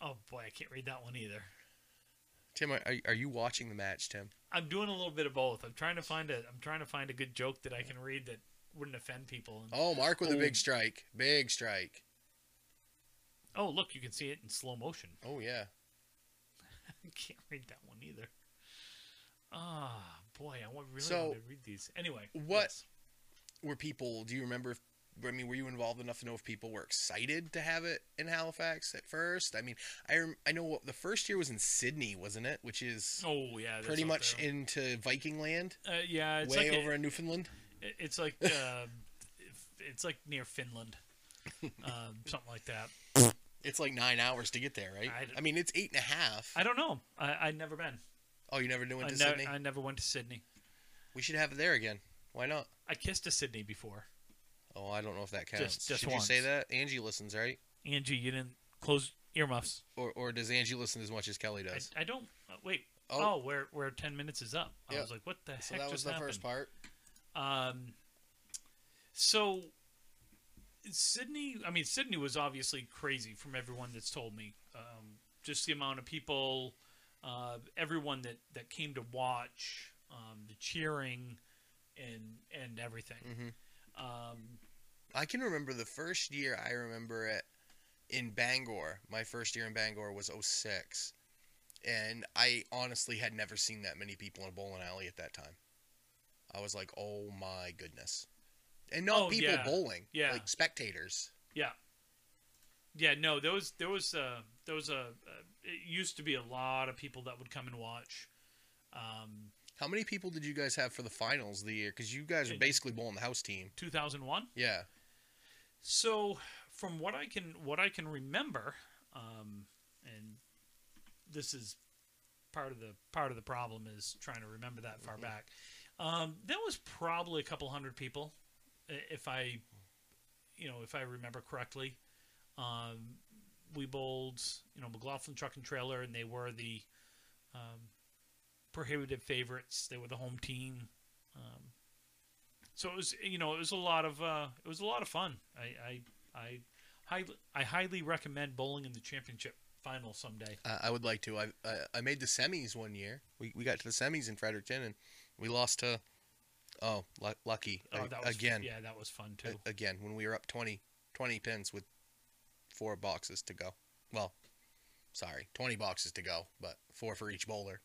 [SPEAKER 2] Oh boy, I can't read that one either.
[SPEAKER 1] Tim, are, are you watching the match, Tim?
[SPEAKER 2] I'm doing a little bit of both. I'm trying to find a I'm trying to find a good joke that I can read that wouldn't offend people. And,
[SPEAKER 1] Oh, Mark with a
[SPEAKER 2] Oh.
[SPEAKER 1] big strike, big strike.
[SPEAKER 2] oh, look, you can see it in slow motion.
[SPEAKER 1] Oh yeah.
[SPEAKER 2] I can't read that one either. Ah, boy, I want really
[SPEAKER 1] So,
[SPEAKER 2] want to read these. Anyway,
[SPEAKER 1] what-
[SPEAKER 2] yes.
[SPEAKER 1] were people do you remember if, i mean were you involved enough to know if people were excited to have it in halifax at first i mean i rem- i know what the first year was in sydney wasn't it which is
[SPEAKER 2] Oh yeah, that's
[SPEAKER 1] pretty
[SPEAKER 2] up
[SPEAKER 1] much
[SPEAKER 2] there.
[SPEAKER 1] into viking land
[SPEAKER 2] uh, yeah, it's
[SPEAKER 1] way
[SPEAKER 2] like a-
[SPEAKER 1] over in newfoundland
[SPEAKER 2] It- It's like uh, it's like near Finland, um, something like that.
[SPEAKER 1] it's like nine hours to get there right
[SPEAKER 2] I d-
[SPEAKER 1] i, mean it's eight and a half
[SPEAKER 2] I don't know. I I never been.
[SPEAKER 1] oh you never went
[SPEAKER 2] I,
[SPEAKER 1] to
[SPEAKER 2] ne-
[SPEAKER 1] sydney
[SPEAKER 2] I never went to Sydney.
[SPEAKER 1] we should have it there again why not
[SPEAKER 2] I kissed a Sydney before.
[SPEAKER 1] oh i don't know if that
[SPEAKER 2] Just-
[SPEAKER 1] counts
[SPEAKER 2] just
[SPEAKER 1] should
[SPEAKER 2] once.
[SPEAKER 1] you say that angie listens right
[SPEAKER 2] Angie, you didn't close earmuffs.
[SPEAKER 1] or, or does angie listen as much as kelly
[SPEAKER 2] I,
[SPEAKER 1] does
[SPEAKER 2] I don't uh, wait.
[SPEAKER 1] Oh.
[SPEAKER 2] Oh, where where ten minutes is up. I
[SPEAKER 1] Yeah.
[SPEAKER 2] was like, what the heck
[SPEAKER 1] so that was
[SPEAKER 2] just
[SPEAKER 1] the
[SPEAKER 2] happened?
[SPEAKER 1] first part
[SPEAKER 2] Um, so Sydney, I mean, Sydney was obviously crazy from everyone that's told me. Um, just the amount of people, uh, everyone that that came to watch, um, the cheering, and and everything.
[SPEAKER 1] mm-hmm.
[SPEAKER 2] Um,
[SPEAKER 1] I can remember the first year I remember it in Bangor. My first year in Bangor was 06. And I honestly had never seen that many people in a bowling alley at that time. I was like, oh my goodness. And not
[SPEAKER 2] Oh,
[SPEAKER 1] people
[SPEAKER 2] yeah.
[SPEAKER 1] bowling,
[SPEAKER 2] Yeah.
[SPEAKER 1] like spectators.
[SPEAKER 2] yeah, yeah. No, there was there was uh, there was a uh, it used to be a lot of people that would come and watch. Um,
[SPEAKER 1] How many people did you guys have for the finals of the year? Because you guys were
[SPEAKER 2] Uh,
[SPEAKER 1] basically bowling the house team.
[SPEAKER 2] 2001.
[SPEAKER 1] Yeah.
[SPEAKER 2] So, from what I can what I can remember, um, and this is part of the part of the problem is trying to remember that far back. Um, there was probably a couple hundred people, i- if I, you know, if I remember correctly. um, Weebold, you know, McLaughlin Truck and Trailer, and they were the um, prohibitive favorites. They were the home team. Um, so it was, you know, it was a lot of uh, it was a lot of fun. I I I highly I highly recommend bowling in the championship final someday.
[SPEAKER 1] Uh, I would like to. I, I I made the semis one year. We, we got to the semis in Fredericton and we lost to oh Lu- lucky
[SPEAKER 2] Oh,
[SPEAKER 1] A-
[SPEAKER 2] that was,
[SPEAKER 1] again Uh,
[SPEAKER 2] Yeah, that was fun
[SPEAKER 1] A-
[SPEAKER 2] too.
[SPEAKER 1] again when we were up 20, 20 pins with four boxes to go. Well, sorry, twenty boxes to go, but four for each bowler.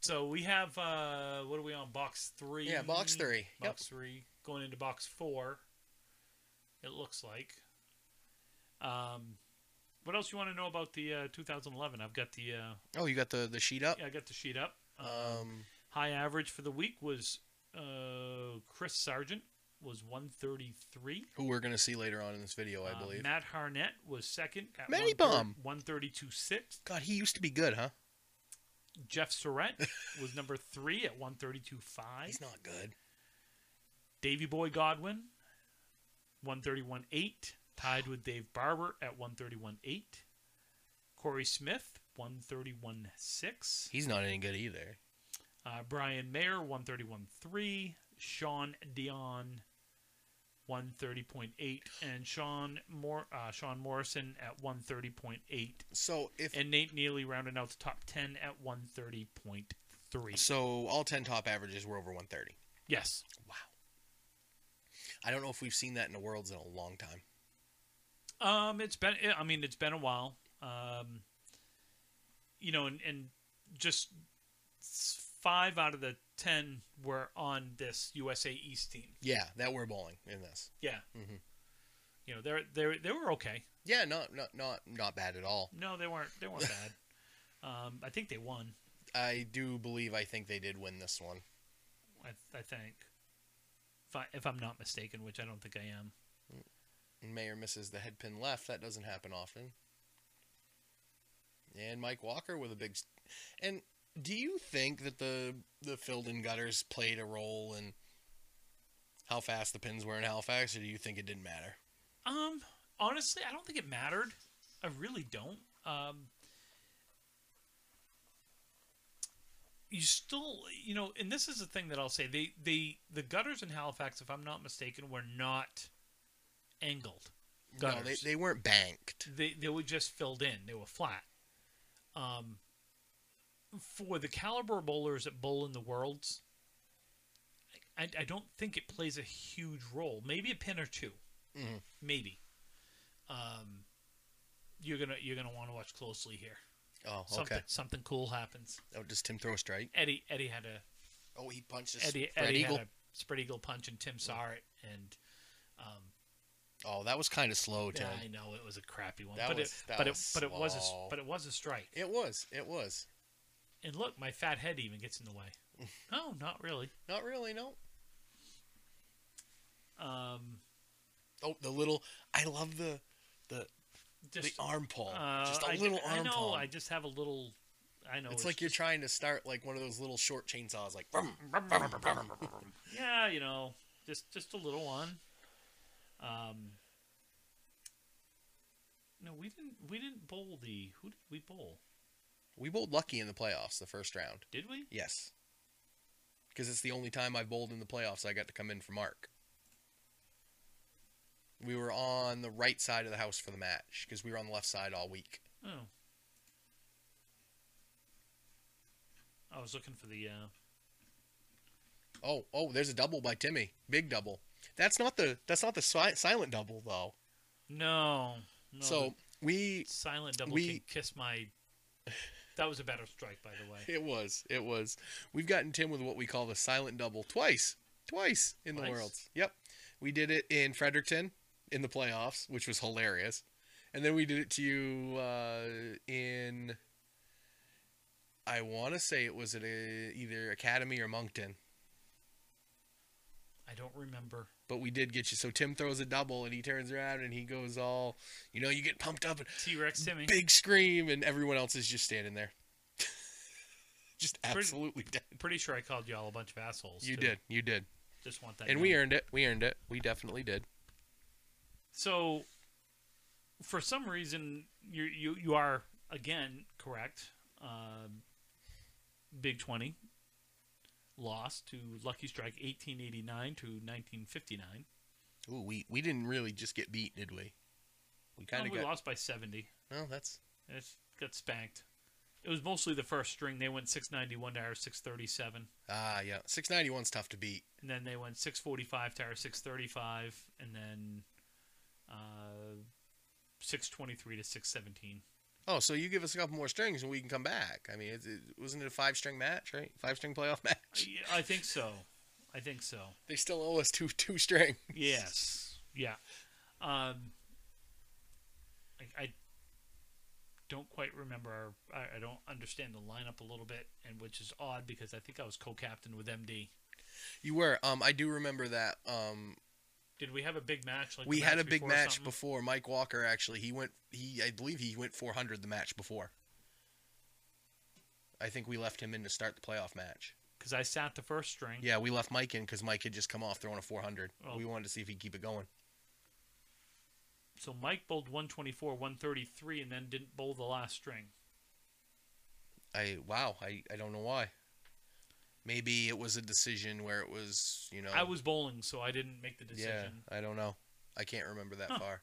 [SPEAKER 2] So we have uh, what are we on box three?
[SPEAKER 1] Yeah, box three. Yep.
[SPEAKER 2] Box three going into box four. It looks like. Um, what else you want to know about the uh, 2011? I've got the uh,
[SPEAKER 1] Oh, you got the the sheet up.
[SPEAKER 2] yeah, I got the sheet up.
[SPEAKER 1] Um,
[SPEAKER 2] High average for the week was uh, Chris Sargent was 133.
[SPEAKER 1] who we're gonna see later on in this video, Oh, I
[SPEAKER 2] Uh,
[SPEAKER 1] believe.
[SPEAKER 2] Matt Harnett was second at
[SPEAKER 1] Matty
[SPEAKER 2] 130-
[SPEAKER 1] Bum.
[SPEAKER 2] 132 sixth.
[SPEAKER 1] God, he used to be good, huh?
[SPEAKER 2] Jeff Surrett was number three at 132 five.
[SPEAKER 1] He's not good.
[SPEAKER 2] Davy Boy Godwin, 131.8, tied with Dave Barber at 131.8. Corey Smith, 131.6.
[SPEAKER 1] He's not any good either.
[SPEAKER 2] Uh, Brian Mayer, 131.3. Sean Dion, 130.8. And Sean, Mor- uh, Sean Morrison at 130.8.
[SPEAKER 1] So if
[SPEAKER 2] And Nate Neely rounded out the top 10 at 130.3.
[SPEAKER 1] so, all ten top averages were over one thirty.
[SPEAKER 2] Yes.
[SPEAKER 1] Wow. I don't know if we've seen that in the worlds in a long time.
[SPEAKER 2] Um, it's been. I mean, it's been a while. Um, you know, and and just s- five out of the ten were on this USA East team.
[SPEAKER 1] Yeah, that we're bowling in this.
[SPEAKER 2] Yeah.
[SPEAKER 1] Mhm.
[SPEAKER 2] You know, they're they they were okay.
[SPEAKER 1] Yeah, not not not not bad at all.
[SPEAKER 2] No, they weren't. They weren't bad. Um, I think they won.
[SPEAKER 1] I do believe I think they did win this one.
[SPEAKER 2] I, I think, if I if I'm not mistaken, which I don't think I am.
[SPEAKER 1] Mayer misses the head pin left. That doesn't happen often. And Mike Walker with a big. St- and do you think that the the filled in gutters played a role in how fast the pins were in Halifax, or do you think it didn't matter?
[SPEAKER 2] Um, honestly, I don't think it mattered. I really don't. Um, you still, you know, and this is the thing that I'll say: they, they, the gutters in Halifax, if I'm not mistaken, were not angled.
[SPEAKER 1] No, they,
[SPEAKER 2] Gutters.
[SPEAKER 1] they weren't banked.
[SPEAKER 2] They, they were just filled in. They were flat. Um, for the caliber of bowlers that bowl in the worlds, I, I don't think it plays a huge role. Maybe a pin or two
[SPEAKER 1] Mhm.
[SPEAKER 2] maybe. Um, you're gonna you're gonna want to watch closely here.
[SPEAKER 1] Oh,
[SPEAKER 2] Something
[SPEAKER 1] okay.
[SPEAKER 2] something cool happens.
[SPEAKER 1] Oh, does Tim throw a strike?
[SPEAKER 2] Eddie Eddie had a
[SPEAKER 1] Oh, he punched a
[SPEAKER 2] Eddie
[SPEAKER 1] spread
[SPEAKER 2] Eddie
[SPEAKER 1] eagle.
[SPEAKER 2] had a spread eagle punch and Tim saw it and um,
[SPEAKER 1] Oh, that was kind of slow, Tim.
[SPEAKER 2] yeah, I know it was a crappy one,
[SPEAKER 1] That
[SPEAKER 2] but
[SPEAKER 1] was-
[SPEAKER 2] it
[SPEAKER 1] that
[SPEAKER 2] but
[SPEAKER 1] was
[SPEAKER 2] it but it was a s-
[SPEAKER 1] slow.
[SPEAKER 2] but it was a strike.
[SPEAKER 1] It was. It was.
[SPEAKER 2] And look, my fat head even gets in the way. no, not really.
[SPEAKER 1] Not really. No.
[SPEAKER 2] Um,
[SPEAKER 1] Oh, the little. I love the the
[SPEAKER 2] just
[SPEAKER 1] the arm pull.
[SPEAKER 2] uh,
[SPEAKER 1] just a
[SPEAKER 2] I-
[SPEAKER 1] little
[SPEAKER 2] I
[SPEAKER 1] arm
[SPEAKER 2] know.
[SPEAKER 1] pull.
[SPEAKER 2] I just have a little. I know.
[SPEAKER 1] it's like you're trying to start like one of those little short chainsaws, like. "Vroom."
[SPEAKER 2] yeah, you know, just just a little one. Um, no, we didn't. We didn't bowl the. Who did we bowl?
[SPEAKER 1] We bowled lucky in the playoffs the first round.
[SPEAKER 2] Did we?
[SPEAKER 1] Yes. Because it's the only time I've bowled in the playoffs. I got to come in for Mark. We were on the right side of the house for the match because we were on the left side all week.
[SPEAKER 2] Oh. I was looking for the. Uh,
[SPEAKER 1] Oh, oh, there's a double by Timmy. Big double. That's not the that's not the si- silent double though.
[SPEAKER 2] no, no.
[SPEAKER 1] so we
[SPEAKER 2] the silent double
[SPEAKER 1] we-
[SPEAKER 2] can kiss my. That was a better strike, by the way.
[SPEAKER 1] it was it was we've gotten Tim with what we call the silent double twice twice in the
[SPEAKER 2] Twice?
[SPEAKER 1] worlds. Yep, we did it in Fredericton in the playoffs, which was hilarious, and then we did it to you uh, in. I want to say it was at a, either Academy or Moncton,
[SPEAKER 2] I don't remember.
[SPEAKER 1] but we did get you. So Tim throws a double and he turns around and he goes all, you know, you get pumped up and
[SPEAKER 2] T Rex Timmy.
[SPEAKER 1] big scream, and everyone else is just standing there, just absolutely dead.
[SPEAKER 2] Pretty sure I called y'all a bunch of assholes.
[SPEAKER 1] You
[SPEAKER 2] too.
[SPEAKER 1] did, you did,
[SPEAKER 2] Just want that.
[SPEAKER 1] and we
[SPEAKER 2] known.
[SPEAKER 1] earned it. We earned it. We definitely did.
[SPEAKER 2] So, for some reason, you you you are again correct. Uh, Big Twenty lost to Lucky Strike 1889 to 1959.
[SPEAKER 1] Ooh, we we didn't really just get beat, did we? We kind
[SPEAKER 2] And
[SPEAKER 1] of
[SPEAKER 2] Oh, we
[SPEAKER 1] got.
[SPEAKER 2] lost by 70.
[SPEAKER 1] No, that's
[SPEAKER 2] It got spanked. It was mostly the first string. They went 691 to our 637.
[SPEAKER 1] ah yeah. Six ninety one's tough to beat.
[SPEAKER 2] And then they went 645 to our 635. And then uh, 623 to 617.
[SPEAKER 1] Oh, so you give us a couple more strings and we can come back. I mean, it, it, wasn't it a five string match, right? Five string playoff match.
[SPEAKER 2] Yeah, I think so. I think so.
[SPEAKER 1] They still owe us two two string.
[SPEAKER 2] Yes. Yeah. Um, I, I don't quite remember. Our, I, I don't understand the lineup a little bit, and which is odd because I think I was co-captain with MD.
[SPEAKER 1] You were. Um, I do remember that. Um,
[SPEAKER 2] Did we have a big match? Like the
[SPEAKER 1] we had
[SPEAKER 2] match
[SPEAKER 1] a big
[SPEAKER 2] before or
[SPEAKER 1] match
[SPEAKER 2] something?
[SPEAKER 1] before. Mike Walker actually, he went. He, I believe, he went four hundred the match before. I think we left him in to start the playoff match.
[SPEAKER 2] because I sat the first string.
[SPEAKER 1] Yeah, we left Mike in because Mike had just come off throwing a 400.
[SPEAKER 2] Oh.
[SPEAKER 1] We wanted to see if he'd keep it going.
[SPEAKER 2] So Mike bowled 124, 133, and then didn't bowl the last string.
[SPEAKER 1] I wow, I, I don't know why. Maybe it was a decision where it was, you know,
[SPEAKER 2] I was bowling, so I didn't make the decision.
[SPEAKER 1] Oh. Yeah, I don't know. I can't remember that
[SPEAKER 2] Huh.
[SPEAKER 1] far.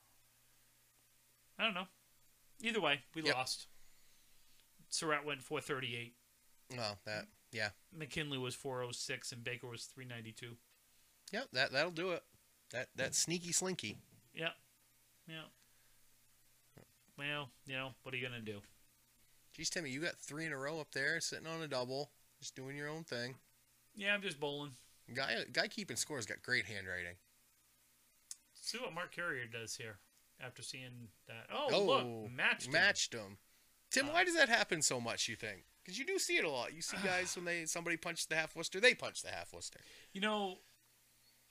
[SPEAKER 2] I don't know. Either way, we
[SPEAKER 1] Yep.
[SPEAKER 2] lost. Surratt went 438.
[SPEAKER 1] Well, that yeah,
[SPEAKER 2] McKinley was 406, and Baker was 392.
[SPEAKER 1] yep that that'll do it. That that sneaky slinky.
[SPEAKER 2] Yeah. Yeah. Well, you know, what are you going to do?
[SPEAKER 1] Geez, Timmy, you got three in a row up there, sitting on a double, just doing your own thing.
[SPEAKER 2] Yeah, I'm just bowling.
[SPEAKER 1] Guy guy keeping score's got great handwriting.
[SPEAKER 2] See what Mark Carrier does here after seeing that. Oh,
[SPEAKER 1] Oh,
[SPEAKER 2] look. Match.
[SPEAKER 1] Matched him. Tim,
[SPEAKER 2] Uh,
[SPEAKER 1] why does that happen so much? You think? Because you do see it a lot. You see guys when they somebody punches the half Worcester, they punch the half Worcester.
[SPEAKER 2] You know,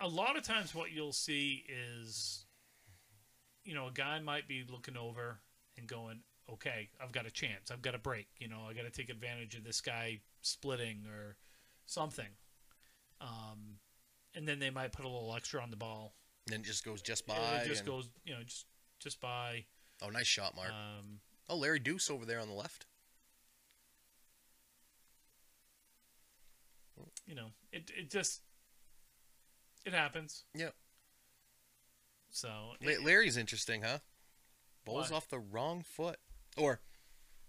[SPEAKER 2] a lot of times what you'll see is, you know, a guy might be looking over and going, okay, I've got a chance. I've got a break. You know, I got to take advantage of this guy splitting or something. Um, and then they might put a little extra on the ball.
[SPEAKER 1] And then it just goes just by.
[SPEAKER 2] it just
[SPEAKER 1] and-
[SPEAKER 2] goes, you know, just just by.
[SPEAKER 1] oh, nice shot, Mark.
[SPEAKER 2] Um,
[SPEAKER 1] oh, Larry Deuce over there on the left.
[SPEAKER 2] you know, it it just it happens.
[SPEAKER 1] Yep.
[SPEAKER 2] So
[SPEAKER 1] La-
[SPEAKER 2] it-
[SPEAKER 1] Larry's interesting, huh? Bowls
[SPEAKER 2] Why?
[SPEAKER 1] off the wrong foot, or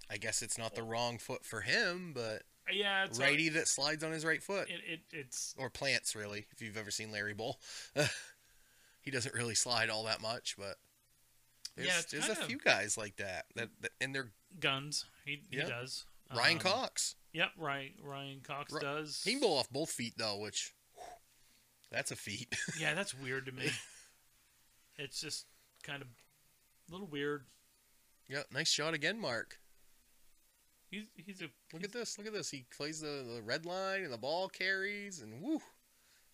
[SPEAKER 1] I guess it's
[SPEAKER 2] Oh.
[SPEAKER 1] not the wrong foot for him, but
[SPEAKER 2] yeah, it's
[SPEAKER 1] righty that slides on his right foot,
[SPEAKER 2] It, it it's
[SPEAKER 1] or plants really. If you've ever seen Larry bowl, he doesn't really slide all that much, but there's,
[SPEAKER 2] Yeah, it's
[SPEAKER 1] there's a
[SPEAKER 2] kind of-
[SPEAKER 1] few guys like that that, that and they're
[SPEAKER 2] guns. He he
[SPEAKER 1] Yeah.
[SPEAKER 2] does.
[SPEAKER 1] Ryan
[SPEAKER 2] Um,
[SPEAKER 1] Cox.
[SPEAKER 2] Yep, right. Ryan Cox
[SPEAKER 1] Ri-
[SPEAKER 2] does.
[SPEAKER 1] He can bowl off both feet though, which whew, that's a feat.
[SPEAKER 2] Yeah, that's weird to me. it's just kind of a little weird.
[SPEAKER 1] yeah, nice shot again, Mark.
[SPEAKER 2] He's he's a
[SPEAKER 1] Look at this. Look at this. He plays the, the red line and the ball carries and woo.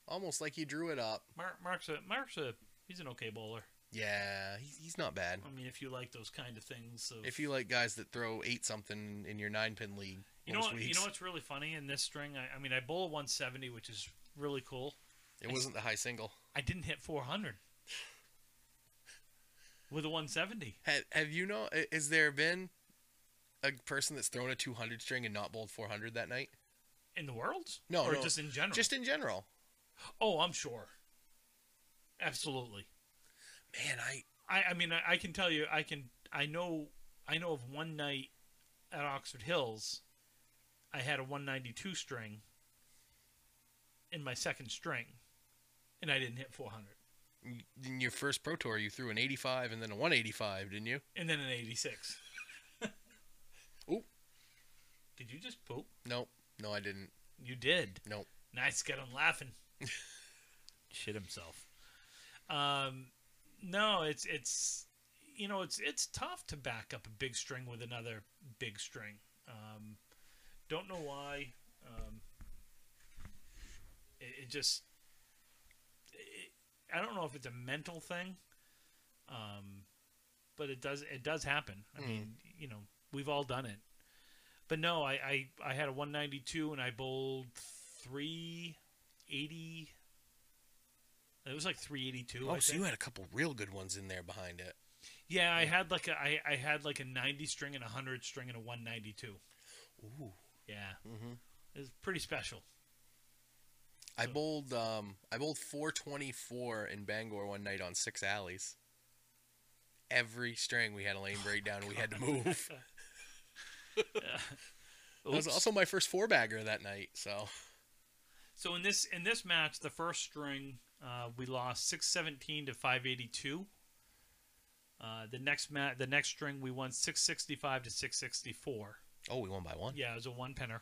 [SPEAKER 1] Almost like he drew it up.
[SPEAKER 2] Mark, Mark's a Mark's a he's an okay bowler.
[SPEAKER 1] Yeah, he's, he's not bad.
[SPEAKER 2] I mean, if you like those kind of things, of,
[SPEAKER 1] If you like guys that throw eight something in your nine pin league,
[SPEAKER 2] you know
[SPEAKER 1] most
[SPEAKER 2] what, you
[SPEAKER 1] weeks,
[SPEAKER 2] know what's really funny in this string. I, I mean, I bowl 170, which is really cool.
[SPEAKER 1] it wasn't the high single.
[SPEAKER 2] I didn't hit 400 with a 170.
[SPEAKER 1] Have, have you know? i- Is there been a person that's thrown a 200 string and not bowled 400 that night?
[SPEAKER 2] In the world?
[SPEAKER 1] No,
[SPEAKER 2] or
[SPEAKER 1] no.
[SPEAKER 2] just in general?
[SPEAKER 1] Just in general.
[SPEAKER 2] oh, I'm sure. Absolutely.
[SPEAKER 1] Man, I
[SPEAKER 2] I, I mean, I, I can tell you, I can, I know, I know of one night at Oxford Hills, I had a 192 string in my second string, and I didn't hit 400,
[SPEAKER 1] in your first pro tour you threw an 85 and then a 185, didn't you?
[SPEAKER 2] and then an 86.
[SPEAKER 1] Oop.
[SPEAKER 2] Did you just poop?
[SPEAKER 1] Nope. No, I didn't.
[SPEAKER 2] You did.
[SPEAKER 1] Nope.
[SPEAKER 2] Nice, got him laughing. Shit himself. Um, no, it's it's you know it's it's tough to back up a big string with another big string. Um, don't know why. Um, it, it just it, I don't know if it's a mental thing. Um, but it does it does happen. I
[SPEAKER 1] Hmm.
[SPEAKER 2] mean, you know, we've all done it. But no, I, I, I had a 192 and I bowled 380. It was like 382.
[SPEAKER 1] Oh,
[SPEAKER 2] I
[SPEAKER 1] so
[SPEAKER 2] think.
[SPEAKER 1] you had a couple real good ones in there behind it.
[SPEAKER 2] yeah, I had like a I, I had like a 90 string and a 100 string and a 192.
[SPEAKER 1] Ooh.
[SPEAKER 2] Yeah,
[SPEAKER 1] Mm-hmm.
[SPEAKER 2] it was pretty special.
[SPEAKER 1] I
[SPEAKER 2] So-
[SPEAKER 1] bowled um I bowled 424 in Bangor one night on six alleys. Every string we had a lane breakdown. and we had to move. That was
[SPEAKER 2] Oops.
[SPEAKER 1] also my first four bagger that night. So
[SPEAKER 2] So in this in this match, the first string, uh, we lost six seventeen to five eighty two. Uh, the next ma- the next string, we won six sixty five to six sixty four.
[SPEAKER 1] oh, we won by one.
[SPEAKER 2] Yeah, it was a one pinner.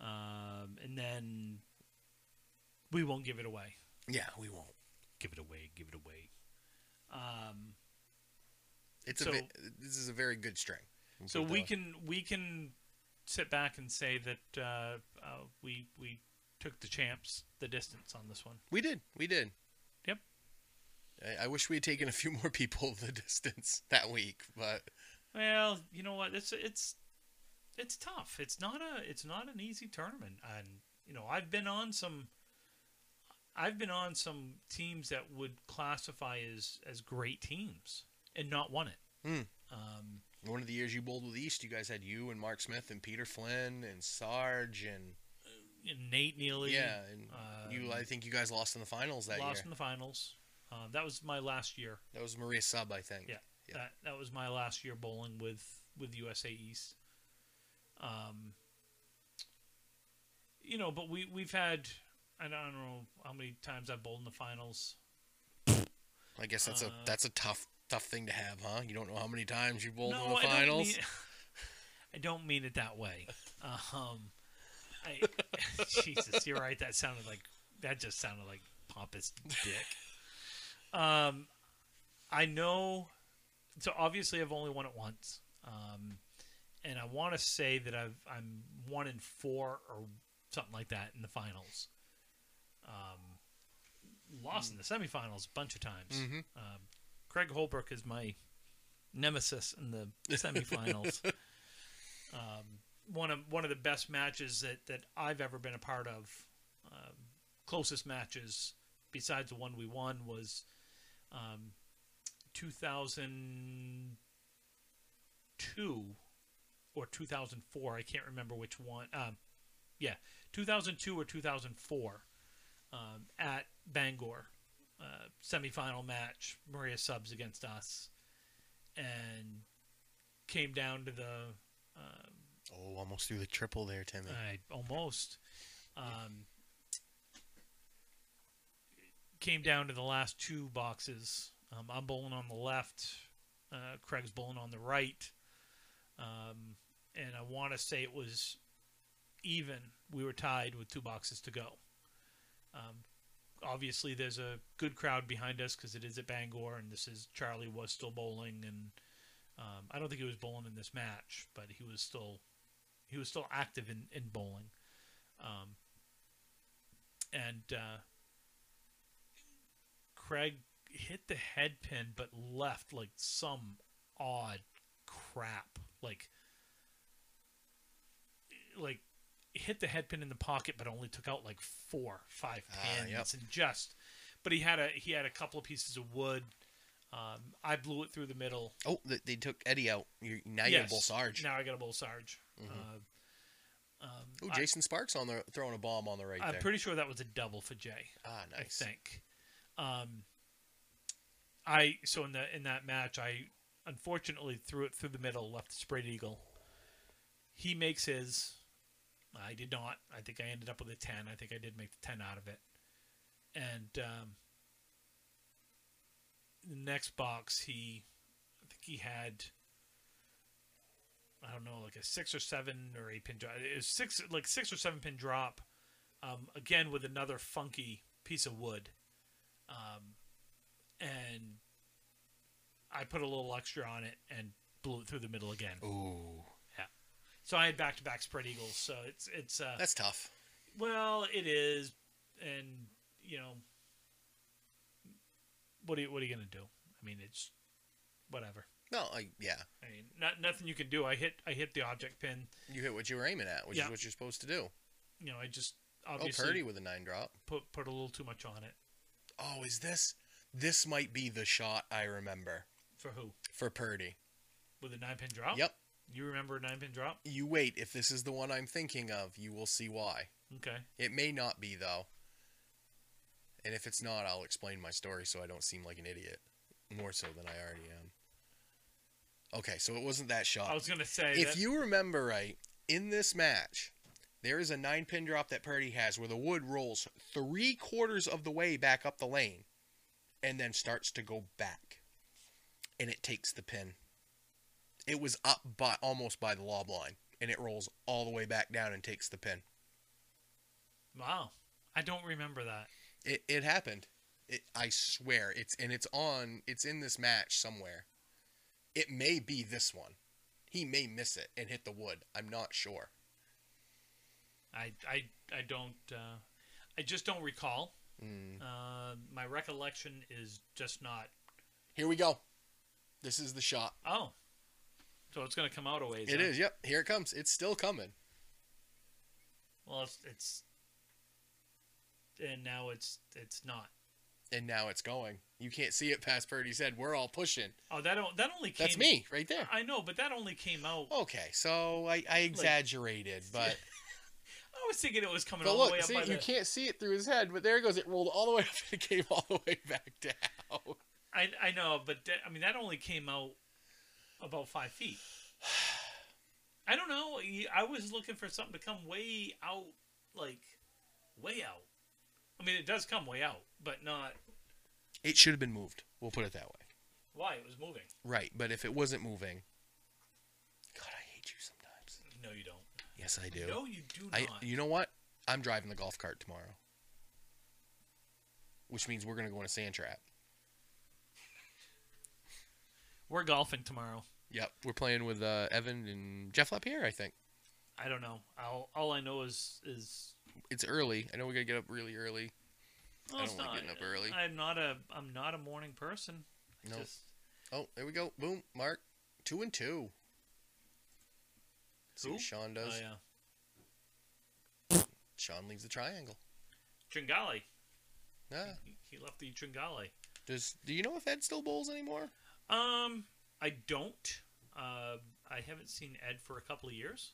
[SPEAKER 2] Um, and then we won't give it away.
[SPEAKER 1] Yeah, we won't.
[SPEAKER 2] Give it away. Give it away. Um,
[SPEAKER 1] It's
[SPEAKER 2] So-
[SPEAKER 1] a ve- this is a very good string. We'll
[SPEAKER 2] so
[SPEAKER 1] put it
[SPEAKER 2] we
[SPEAKER 1] that way.
[SPEAKER 2] can we can sit back and say that uh, uh, we we took the champs the distance on this one.
[SPEAKER 1] we did we did.
[SPEAKER 2] Yep.
[SPEAKER 1] I, I wish we had taken a few more people the distance that week, but
[SPEAKER 2] Well, you know what? It's it's it's tough. It's not a it's not an easy tournament, and you know I've been on some I've been on some teams that would classify as as great teams and not won it.
[SPEAKER 1] Hmm.
[SPEAKER 2] Um,
[SPEAKER 1] one of the years you bowled with East, you guys had you and Mark Smith and Peter Flynn and Sarge and
[SPEAKER 2] and Nate Neely,
[SPEAKER 1] yeah, and you.
[SPEAKER 2] um,
[SPEAKER 1] I think you guys lost in the finals that
[SPEAKER 2] lost
[SPEAKER 1] year.
[SPEAKER 2] in the finals. Um, that was my last year.
[SPEAKER 1] That was Maria Sub, I think.
[SPEAKER 2] Yeah.
[SPEAKER 1] Yeah.
[SPEAKER 2] That that was my last year bowling with with USA East. Um, you know, but we we've had I don't know how many times I've bowled in the finals.
[SPEAKER 1] I guess that's a
[SPEAKER 2] Uh,
[SPEAKER 1] that's a tough tough thing to have, huh? You don't know how many times you bowled
[SPEAKER 2] no,
[SPEAKER 1] in the
[SPEAKER 2] I
[SPEAKER 1] finals.
[SPEAKER 2] Don't mean, I don't mean it that way. Um, I, Jesus, you're right. That sounded like that just sounded like pompous dick. Um, I know. So obviously, I've only won it once. Um, and I want to say that I've I'm one in four or something like that in the finals. Um, lost in the semifinals a bunch of times.
[SPEAKER 1] Mhm.
[SPEAKER 2] Um, Craig Holbrook is my nemesis in the semifinals. um, one of one of the best matches that, that I've ever been a part of. Um, closest matches besides the one we won was um, 2002 or 2004. I can't remember which one. Um, yeah, 2002 or 2004 um, at Bangor uh, semifinal match. Maria subs against us, and came down to the um,
[SPEAKER 1] Oh, almost threw the triple there, Timmy.
[SPEAKER 2] I almost um, came down to the last two boxes. Um, I'm bowling on the left. Uh, Craig's bowling on the right. Um, and I want to say it was even. We were tied with two boxes to go. Um, obviously, there's a good crowd behind us because it is at Bangor, and this is Charlie was still bowling, and um, I don't think he was bowling in this match, but he was still he was still active in, in bowling. Um, and uh, Craig hit the head pin, but left like some odd crap, like like hit the head pin in the pocket, but only took out like four, five
[SPEAKER 1] Ah,
[SPEAKER 2] pins,
[SPEAKER 1] yep.
[SPEAKER 2] and just. But he had a he had a couple of pieces of wood. Um, I blew it through the middle.
[SPEAKER 1] oh, they, they took Eddie out. You're, now you
[SPEAKER 2] Yeah,
[SPEAKER 1] have Bull Sarge. Mm-hmm.
[SPEAKER 2] Now I got a bull sarge. Uh, um,
[SPEAKER 1] Oh,
[SPEAKER 2] I,
[SPEAKER 1] Jason Sparks on the throwing a bomb on the right
[SPEAKER 2] am
[SPEAKER 1] there.
[SPEAKER 2] pretty sure that was a double for Jay.
[SPEAKER 1] ah, nice.
[SPEAKER 2] I think. Um, I so in the in that match, I unfortunately threw it through the middle, left the sprayed eagle. He makes his. I did not. I think I ended up with a ten. I think I did make the ten out of it. And um, the next box, he, I think he had. I don't know, like a six or seven or eight pin drop. It was six, like six or seven pin drop um, again with another funky piece of wood. Um, and I put a little extra on it and blew it through the middle again.
[SPEAKER 1] Ooh,
[SPEAKER 2] So I had back to back spread eagles. So it's it's uh,
[SPEAKER 1] that's tough.
[SPEAKER 2] well, it is, and you know, what are you, what are you gonna do? I mean, it's whatever.
[SPEAKER 1] No, I, yeah,
[SPEAKER 2] I mean, not nothing you can do. I hit I hit the object pin.
[SPEAKER 1] you hit what you were aiming at, which
[SPEAKER 2] Yeah.
[SPEAKER 1] is what you're supposed to do.
[SPEAKER 2] You know, I just
[SPEAKER 1] Oh,
[SPEAKER 2] obviously
[SPEAKER 1] Purdy with a nine drop.
[SPEAKER 2] put put a little too much on it.
[SPEAKER 1] oh, is this this might be the shot I remember
[SPEAKER 2] For who?
[SPEAKER 1] for Purdy.
[SPEAKER 2] With a nine pin drop?
[SPEAKER 1] Yep.
[SPEAKER 2] You remember a nine pin drop?
[SPEAKER 1] You wait, if this is the one I'm thinking of, you will see why.
[SPEAKER 2] Okay.
[SPEAKER 1] It may not be though. And if it's not, I'll explain my story so I don't seem like an idiot. More so than I already am. Okay, so it wasn't that shot.
[SPEAKER 2] I was gonna say
[SPEAKER 1] Uh, if
[SPEAKER 2] that,
[SPEAKER 1] you remember right, in this match, there is a nine pin drop that Purdy has where the wood rolls three quarters of the way back up the lane and then starts to go back. And it takes the pin. It was up by almost by the lob line. And it rolls all the way back down and takes the pin.
[SPEAKER 2] Wow. I don't remember that.
[SPEAKER 1] It it happened. It, I swear it's and it's on it's in this match somewhere. It may be this one. He may miss it and hit the wood. I'm not sure.
[SPEAKER 2] I I, I don't uh, I just don't recall.
[SPEAKER 1] Mm.
[SPEAKER 2] Uh, my recollection is just not
[SPEAKER 1] Here we go. This is the shot.
[SPEAKER 2] oh. So it's gonna come out a ways.
[SPEAKER 1] It
[SPEAKER 2] huh?
[SPEAKER 1] is. Yep. Here it comes. It's still coming.
[SPEAKER 2] Well it's, it's and now it's it's not.
[SPEAKER 1] And now it's going. You can't see it past Purdy's head. We're all pushing.
[SPEAKER 2] Oh that o- that only came
[SPEAKER 1] That's me right there.
[SPEAKER 2] I know, but that only came out
[SPEAKER 1] Okay, so I, I exaggerated, but
[SPEAKER 2] I was thinking it was coming
[SPEAKER 1] but
[SPEAKER 2] all the way
[SPEAKER 1] look,
[SPEAKER 2] up
[SPEAKER 1] see,
[SPEAKER 2] by
[SPEAKER 1] you
[SPEAKER 2] the
[SPEAKER 1] can't see it through his head, but there it goes. It rolled all the way up and it came all the way back down.
[SPEAKER 2] I, I know, but that, I mean that only came out about five feet. I don't know. y- I was looking for something to come way out, like way out. I mean, it does come way out, but not
[SPEAKER 1] It should have been moved. We'll put it that way.
[SPEAKER 2] why it was moving.
[SPEAKER 1] Right, but if it wasn't moving, God, I hate you sometimes.
[SPEAKER 2] No, you don't.
[SPEAKER 1] Yes, I do.
[SPEAKER 2] No, you do not.
[SPEAKER 1] I, you know what? I'm driving the golf cart tomorrow, which means we're gonna go on a sand trap.
[SPEAKER 2] We're golfing tomorrow.
[SPEAKER 1] Yep, we're playing with uh, Evan and Jeff Lapierre. I think
[SPEAKER 2] I don't know. I'll, all I know is is
[SPEAKER 1] it's early. I know we gotta get up really early.
[SPEAKER 2] well,
[SPEAKER 1] I
[SPEAKER 2] it's
[SPEAKER 1] don't like
[SPEAKER 2] not-
[SPEAKER 1] getting up early.
[SPEAKER 2] I'm not a I'm not a morning person. I
[SPEAKER 1] No.
[SPEAKER 2] Just,
[SPEAKER 1] Oh, there we go. Boom, Mark, two and two. See
[SPEAKER 2] Who?
[SPEAKER 1] what Sean
[SPEAKER 2] oh
[SPEAKER 1] does.
[SPEAKER 2] yeah,
[SPEAKER 1] Sean leaves the triangle.
[SPEAKER 2] Tringale.
[SPEAKER 1] Ah,
[SPEAKER 2] He- He left the Tringale.
[SPEAKER 1] does do you know if Ed still bowls anymore?
[SPEAKER 2] Um, I don't. Uh, I haven't seen Ed for a couple of years.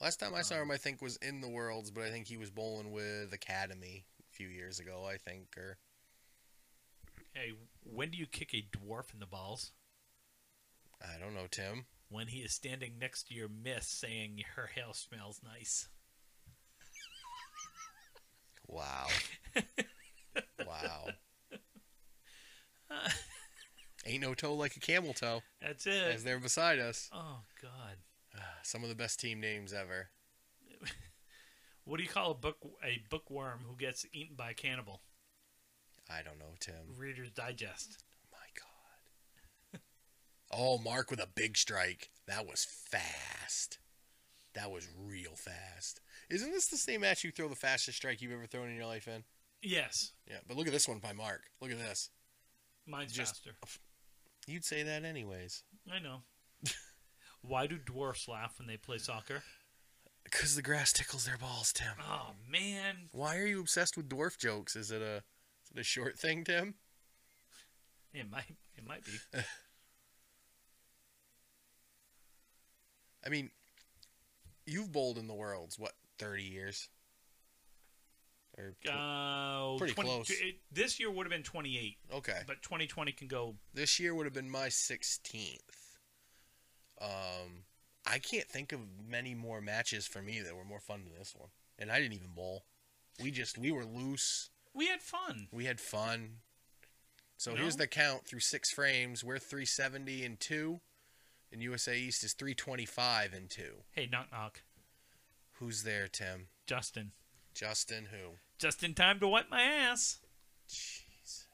[SPEAKER 1] Last time I saw
[SPEAKER 2] Um,
[SPEAKER 1] him, I think was in the worlds, but I think he was bowling with Academy a few years ago. I think or
[SPEAKER 2] Hey, when do you kick a dwarf in the balls?
[SPEAKER 1] I don't know, Tim.
[SPEAKER 2] When he is standing next to your miss, saying her hair smells nice.
[SPEAKER 1] Wow. wow. Ain't no toe like a camel toe
[SPEAKER 2] That's
[SPEAKER 1] as
[SPEAKER 2] it.
[SPEAKER 1] they're beside us.
[SPEAKER 2] Oh God,
[SPEAKER 1] Some of the best team names ever.
[SPEAKER 2] what do you call a book a bookworm who gets eaten by a cannibal?
[SPEAKER 1] I don't know, Tim.
[SPEAKER 2] Reader's Digest.
[SPEAKER 1] My God. Oh, Mark with a big strike. That was fast. That was real fast. Isn't this the same match you throw the fastest strike you've ever thrown in your life in?
[SPEAKER 2] Yes,
[SPEAKER 1] Yeah, but look at this one by Mark. Look at this.
[SPEAKER 2] mine's
[SPEAKER 1] Just-
[SPEAKER 2] faster.
[SPEAKER 1] You'd say that anyways.
[SPEAKER 2] I know. Why do dwarfs laugh when they play soccer?
[SPEAKER 1] Because the grass tickles their balls, Tim.
[SPEAKER 2] Oh man,
[SPEAKER 1] Why are you obsessed with dwarf jokes? Is it a, is it a short thing, Tim?
[SPEAKER 2] it might it might be.
[SPEAKER 1] I mean, you've bowled in the worlds what thirty years? Or tw-
[SPEAKER 2] Uh,
[SPEAKER 1] Pretty
[SPEAKER 2] 20
[SPEAKER 1] close.
[SPEAKER 2] It, this year would have been 28,
[SPEAKER 1] okay,
[SPEAKER 2] but 2020 can go.
[SPEAKER 1] this year would have been my sixteenth. Um, I can't think of many more matches for me that were more fun than this one, and I didn't even bowl. We just we were loose.
[SPEAKER 2] We had fun.
[SPEAKER 1] We had fun. So
[SPEAKER 2] No?
[SPEAKER 1] here's the count through six frames. We're 370 and two, and USA East is 325 and two.
[SPEAKER 2] Hey, knock knock.
[SPEAKER 1] Who's there, Tim?
[SPEAKER 2] Justin.
[SPEAKER 1] Justin, who?
[SPEAKER 2] Just in time to wipe my ass.
[SPEAKER 1] Jesus.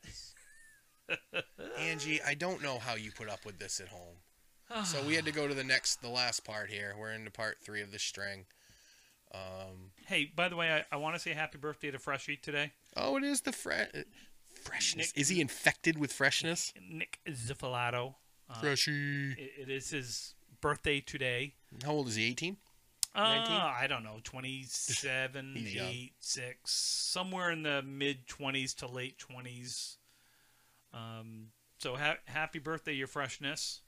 [SPEAKER 1] Angie, I don't know how you put up with this at home. So we had to go to the next, the last part here. We're into part three of the string. Um,
[SPEAKER 2] Hey, by the way, I, I want to say happy birthday to Freshie today.
[SPEAKER 1] oh, it is the fresh freshness.
[SPEAKER 2] Nick-
[SPEAKER 1] Is he infected with freshness?
[SPEAKER 2] Nick Zifalato. Uh,
[SPEAKER 1] Freshy.
[SPEAKER 2] it- it is his birthday today.
[SPEAKER 1] How old is he? 18.
[SPEAKER 2] Uh,
[SPEAKER 1] 19?
[SPEAKER 2] I don't know, 27,
[SPEAKER 1] He's young.
[SPEAKER 2] 8, 6, somewhere in the mid 20s to late 20s. Um, so ha- happy birthday, your freshness.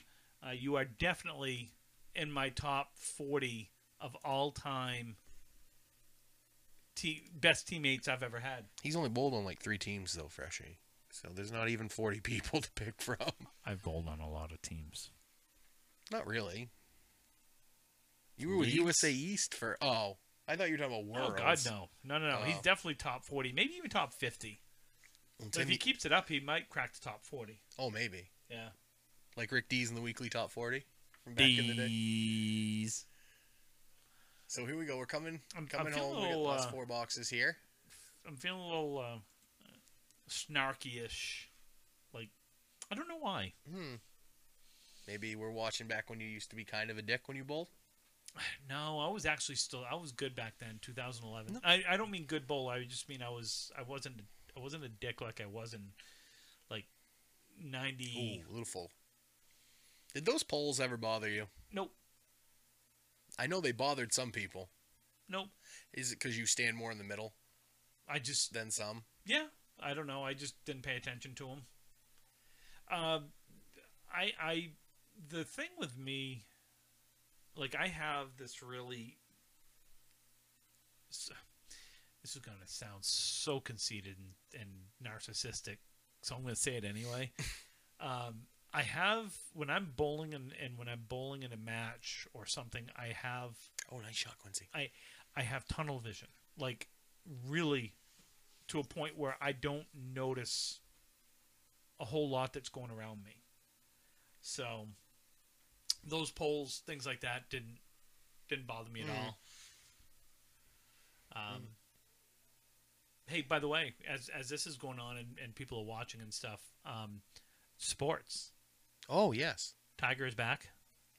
[SPEAKER 2] Uh, you are definitely in my top 40 of all time te- best teammates I've ever had.
[SPEAKER 1] He's only bowled on like three teams though, Freshie. So there's not even 40 people to pick from.
[SPEAKER 2] I've bowled on a lot of teams.
[SPEAKER 1] Not really. You were with
[SPEAKER 2] Leeds?
[SPEAKER 1] USA East for oh, I thought you were talking about
[SPEAKER 2] Oh,
[SPEAKER 1] Worlds.
[SPEAKER 2] God, no. No, no, no. He's
[SPEAKER 1] Oh.
[SPEAKER 2] definitely top 40, maybe even top 50.
[SPEAKER 1] And
[SPEAKER 2] But if
[SPEAKER 1] Timmy-
[SPEAKER 2] he keeps it up, he might crack the top 40.
[SPEAKER 1] oh, maybe
[SPEAKER 2] Yeah.
[SPEAKER 1] like Rick D's in the weekly top 40 from back in the day.
[SPEAKER 2] Bees.
[SPEAKER 1] So here we go. We're coming
[SPEAKER 2] I'm- I'm
[SPEAKER 1] coming
[SPEAKER 2] feeling
[SPEAKER 1] home. we
[SPEAKER 2] a
[SPEAKER 1] got the
[SPEAKER 2] little,
[SPEAKER 1] last
[SPEAKER 2] uh,
[SPEAKER 1] four boxes here.
[SPEAKER 2] I'm feeling a little uh, snarky-ish. Like, I don't know why.
[SPEAKER 1] Hmm. Maybe we're watching back when you used to be kind of a dick when you bowled.
[SPEAKER 2] No, I was actually still I was good back then, 2011.
[SPEAKER 1] No.
[SPEAKER 2] I, I don't mean good bowl. I just mean I was I wasn't I wasn't a dick like I was in like 90.
[SPEAKER 1] Ooh, a little full. Did those polls ever bother you?
[SPEAKER 2] Nope,
[SPEAKER 1] I know they bothered some people.
[SPEAKER 2] nope.
[SPEAKER 1] Is it because you stand more in the middle
[SPEAKER 2] I just
[SPEAKER 1] than some?
[SPEAKER 2] Yeah, I don't know. I just didn't pay attention to him. Uh, I I the thing with me, like I have this really. s- This is gonna sound so conceited and, and narcissistic, so I'm gonna say it anyway. um, I have when I'm bowling and, and when I'm bowling in a match or something, I have
[SPEAKER 1] Oh, nice shot, Quincy.
[SPEAKER 2] I I have tunnel vision, like really to a point where I don't notice a whole lot that's going around me. So those poles, things like that, didn't didn't bother me at
[SPEAKER 1] Mm.
[SPEAKER 2] all.
[SPEAKER 1] Hmm.
[SPEAKER 2] Um, Hey, by the way, as as this is going on and, and people are watching and stuff, um, sports.
[SPEAKER 1] Oh, yes.
[SPEAKER 2] Tiger is back.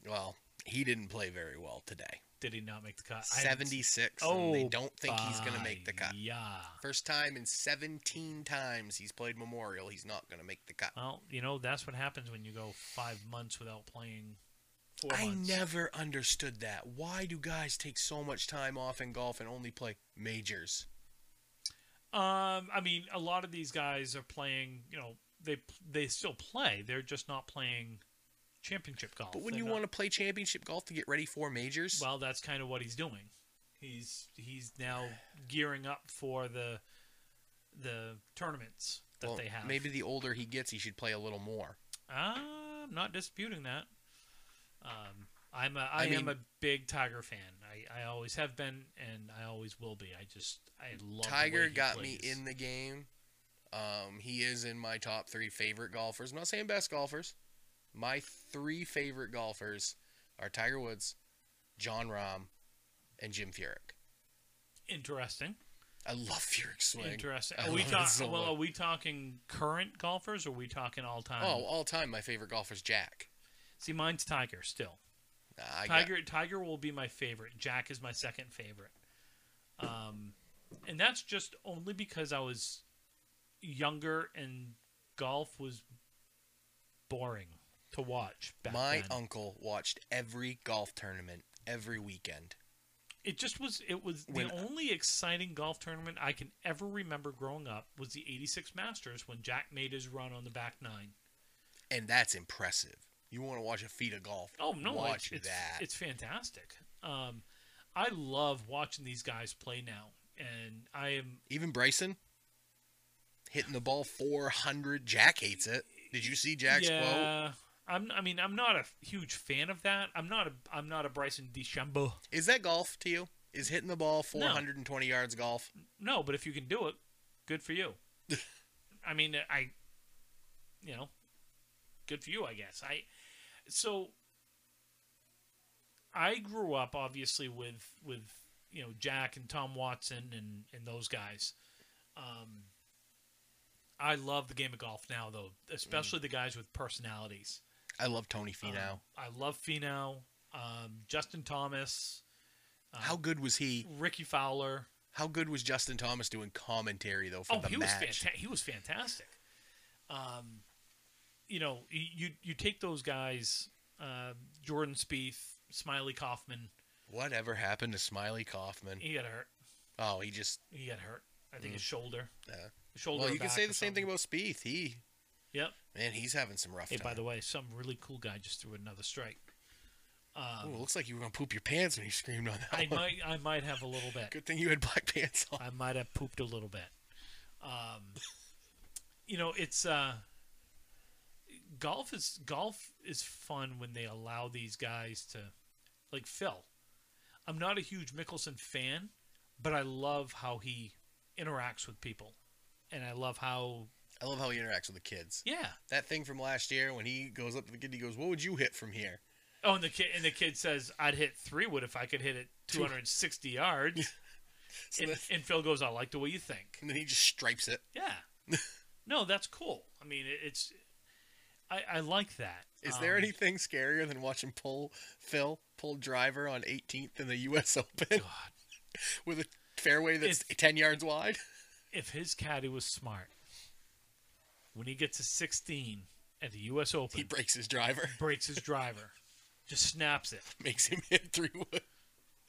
[SPEAKER 1] Well, he didn't play very well today.
[SPEAKER 2] Did he not make the cut? I haven't seen-
[SPEAKER 1] 76. and they
[SPEAKER 2] Oh,
[SPEAKER 1] don't think he's going to make the cut.
[SPEAKER 2] Yeah.
[SPEAKER 1] First time in 17 times he's played Memorial, he's not going to make the cut.
[SPEAKER 2] Well, you know that's what happens when you go five months without playing. Four
[SPEAKER 1] I
[SPEAKER 2] months.
[SPEAKER 1] never understood that. Why do guys take so much time off in golf and only play majors?
[SPEAKER 2] Um, I mean, a lot of these guys are playing. You know, they they still play. They're just not playing championship golf.
[SPEAKER 1] But when
[SPEAKER 2] They're
[SPEAKER 1] you
[SPEAKER 2] not-
[SPEAKER 1] want to play championship golf to get ready for majors,
[SPEAKER 2] well, that's kind of what he's doing. He's he's now gearing up for the the tournaments that
[SPEAKER 1] well,
[SPEAKER 2] they have.
[SPEAKER 1] maybe the older he gets, he should play a little more.
[SPEAKER 2] I'm not disputing that. Um, I'm a, I,
[SPEAKER 1] I
[SPEAKER 2] am
[SPEAKER 1] mean-
[SPEAKER 2] a big Tiger fan. I, I always have been, and I always will be. I just I love the way
[SPEAKER 1] Tiger
[SPEAKER 2] he
[SPEAKER 1] got me
[SPEAKER 2] plays.
[SPEAKER 1] in the game. Um, he is in my top three favorite golfers. I'm not saying best golfers. My three favorite golfers are Tiger Woods, John Rahm, and Jim Furyk.
[SPEAKER 2] Interesting,
[SPEAKER 1] I love Furyk's swing.
[SPEAKER 2] interesting.
[SPEAKER 1] I
[SPEAKER 2] Are we
[SPEAKER 1] love it
[SPEAKER 2] talk,
[SPEAKER 1] so
[SPEAKER 2] well,
[SPEAKER 1] much.
[SPEAKER 2] are we talking current golfers? Or are we talking all time?
[SPEAKER 1] Oh, all time my favorite golfer's Jack.
[SPEAKER 2] see, mine's Tiger still.
[SPEAKER 1] Nah, I got-
[SPEAKER 2] Tiger Tiger will be my favorite. Jack is my second favorite. Um, and that's just only because I was younger and golf was boring to watch back
[SPEAKER 1] my
[SPEAKER 2] then.
[SPEAKER 1] uncle watched every golf tournament every weekend.
[SPEAKER 2] it just was it was
[SPEAKER 1] When-
[SPEAKER 2] the only exciting golf tournament I can ever remember growing up was the 86 Masters when Jack made his run on the back nine.
[SPEAKER 1] And that's impressive. You want to watch a feat of golf?
[SPEAKER 2] Oh no, it's-
[SPEAKER 1] watch
[SPEAKER 2] it's,
[SPEAKER 1] that.
[SPEAKER 2] It's fantastic. Um, I love watching these guys play now, and I am
[SPEAKER 1] Even Bryson hitting the ball 400. Jack hates it. Did you see Jack's quote?
[SPEAKER 2] yeah, I'm. I mean, I'm not a huge fan of that. I'm not a. I'm not a Bryson DeChambeau.
[SPEAKER 1] Is that golf to you? Is hitting the ball 420 yards golf?
[SPEAKER 2] No, but if you can do it, good for you. I mean, I. You know, good for you, I guess. I. So. I grew up obviously with with you know Jack and Tom Watson and and those guys. Um, I love the game of golf now, though, especially
[SPEAKER 1] Mm.
[SPEAKER 2] the guys with personalities.
[SPEAKER 1] I love Tony Finau.
[SPEAKER 2] Um, I love Finau. Um, Justin Thomas, uh,
[SPEAKER 1] How good was he?
[SPEAKER 2] Ricky Fowler.
[SPEAKER 1] How good was Justin Thomas doing commentary though for
[SPEAKER 2] Oh,
[SPEAKER 1] the
[SPEAKER 2] he was
[SPEAKER 1] match?
[SPEAKER 2] fanta- he was fantastic. Um, you know, y- you you take those guys, uh, Jordan Spieth, um, Smiley Kaufman,
[SPEAKER 1] Whatever happened to Smiley Kaufman?
[SPEAKER 2] He got hurt.
[SPEAKER 1] Oh, he just.
[SPEAKER 2] He got hurt. I think
[SPEAKER 1] Mm.
[SPEAKER 2] his shoulder.
[SPEAKER 1] Yeah.
[SPEAKER 2] Shoulder.
[SPEAKER 1] well,
[SPEAKER 2] or
[SPEAKER 1] you can
[SPEAKER 2] back
[SPEAKER 1] say
[SPEAKER 2] or
[SPEAKER 1] the same thing
[SPEAKER 2] something.
[SPEAKER 1] about Spieth. He
[SPEAKER 2] Yep.
[SPEAKER 1] man, he's having some rough
[SPEAKER 2] Hey,
[SPEAKER 1] time.
[SPEAKER 2] by the way, some really cool guy just threw another strike.
[SPEAKER 1] Ooh,
[SPEAKER 2] Um,
[SPEAKER 1] Oh, looks like you were gonna poop your pants when you screamed on that.
[SPEAKER 2] I
[SPEAKER 1] one.
[SPEAKER 2] might, I might have a little bit.
[SPEAKER 1] Good thing you had black pants on.
[SPEAKER 2] I might have pooped a little bit. Um, you know, it's uh, golf is golf is fun when they allow these guys to, like Phil. I'm not a huge Mickelson fan, but I love how he interacts with people, and I love how
[SPEAKER 1] I love how he interacts with the kids.
[SPEAKER 2] yeah.
[SPEAKER 1] That thing from last year when he goes up to the kid, he goes, "What would you hit from here?"
[SPEAKER 2] Oh, and the kid and the kid says, "I'd hit three wood if I could hit it 260 yards."
[SPEAKER 1] So
[SPEAKER 2] and,
[SPEAKER 1] that-
[SPEAKER 2] and Phil goes, "I like the way you think."
[SPEAKER 1] and then he just stripes it.
[SPEAKER 2] Yeah. No, that's cool. I mean, it, it's I, I like that.
[SPEAKER 1] Is
[SPEAKER 2] Um,
[SPEAKER 1] there anything scarier than watching pull Phil pull driver on 18th in the U.S. Open
[SPEAKER 2] God,
[SPEAKER 1] with a fairway that's 10 yards wide?
[SPEAKER 2] if his caddy was smart, when he gets to 16 at the U.S. Open,
[SPEAKER 1] He breaks his driver,
[SPEAKER 2] breaks his driver, just snaps it.
[SPEAKER 1] makes him hit three wood.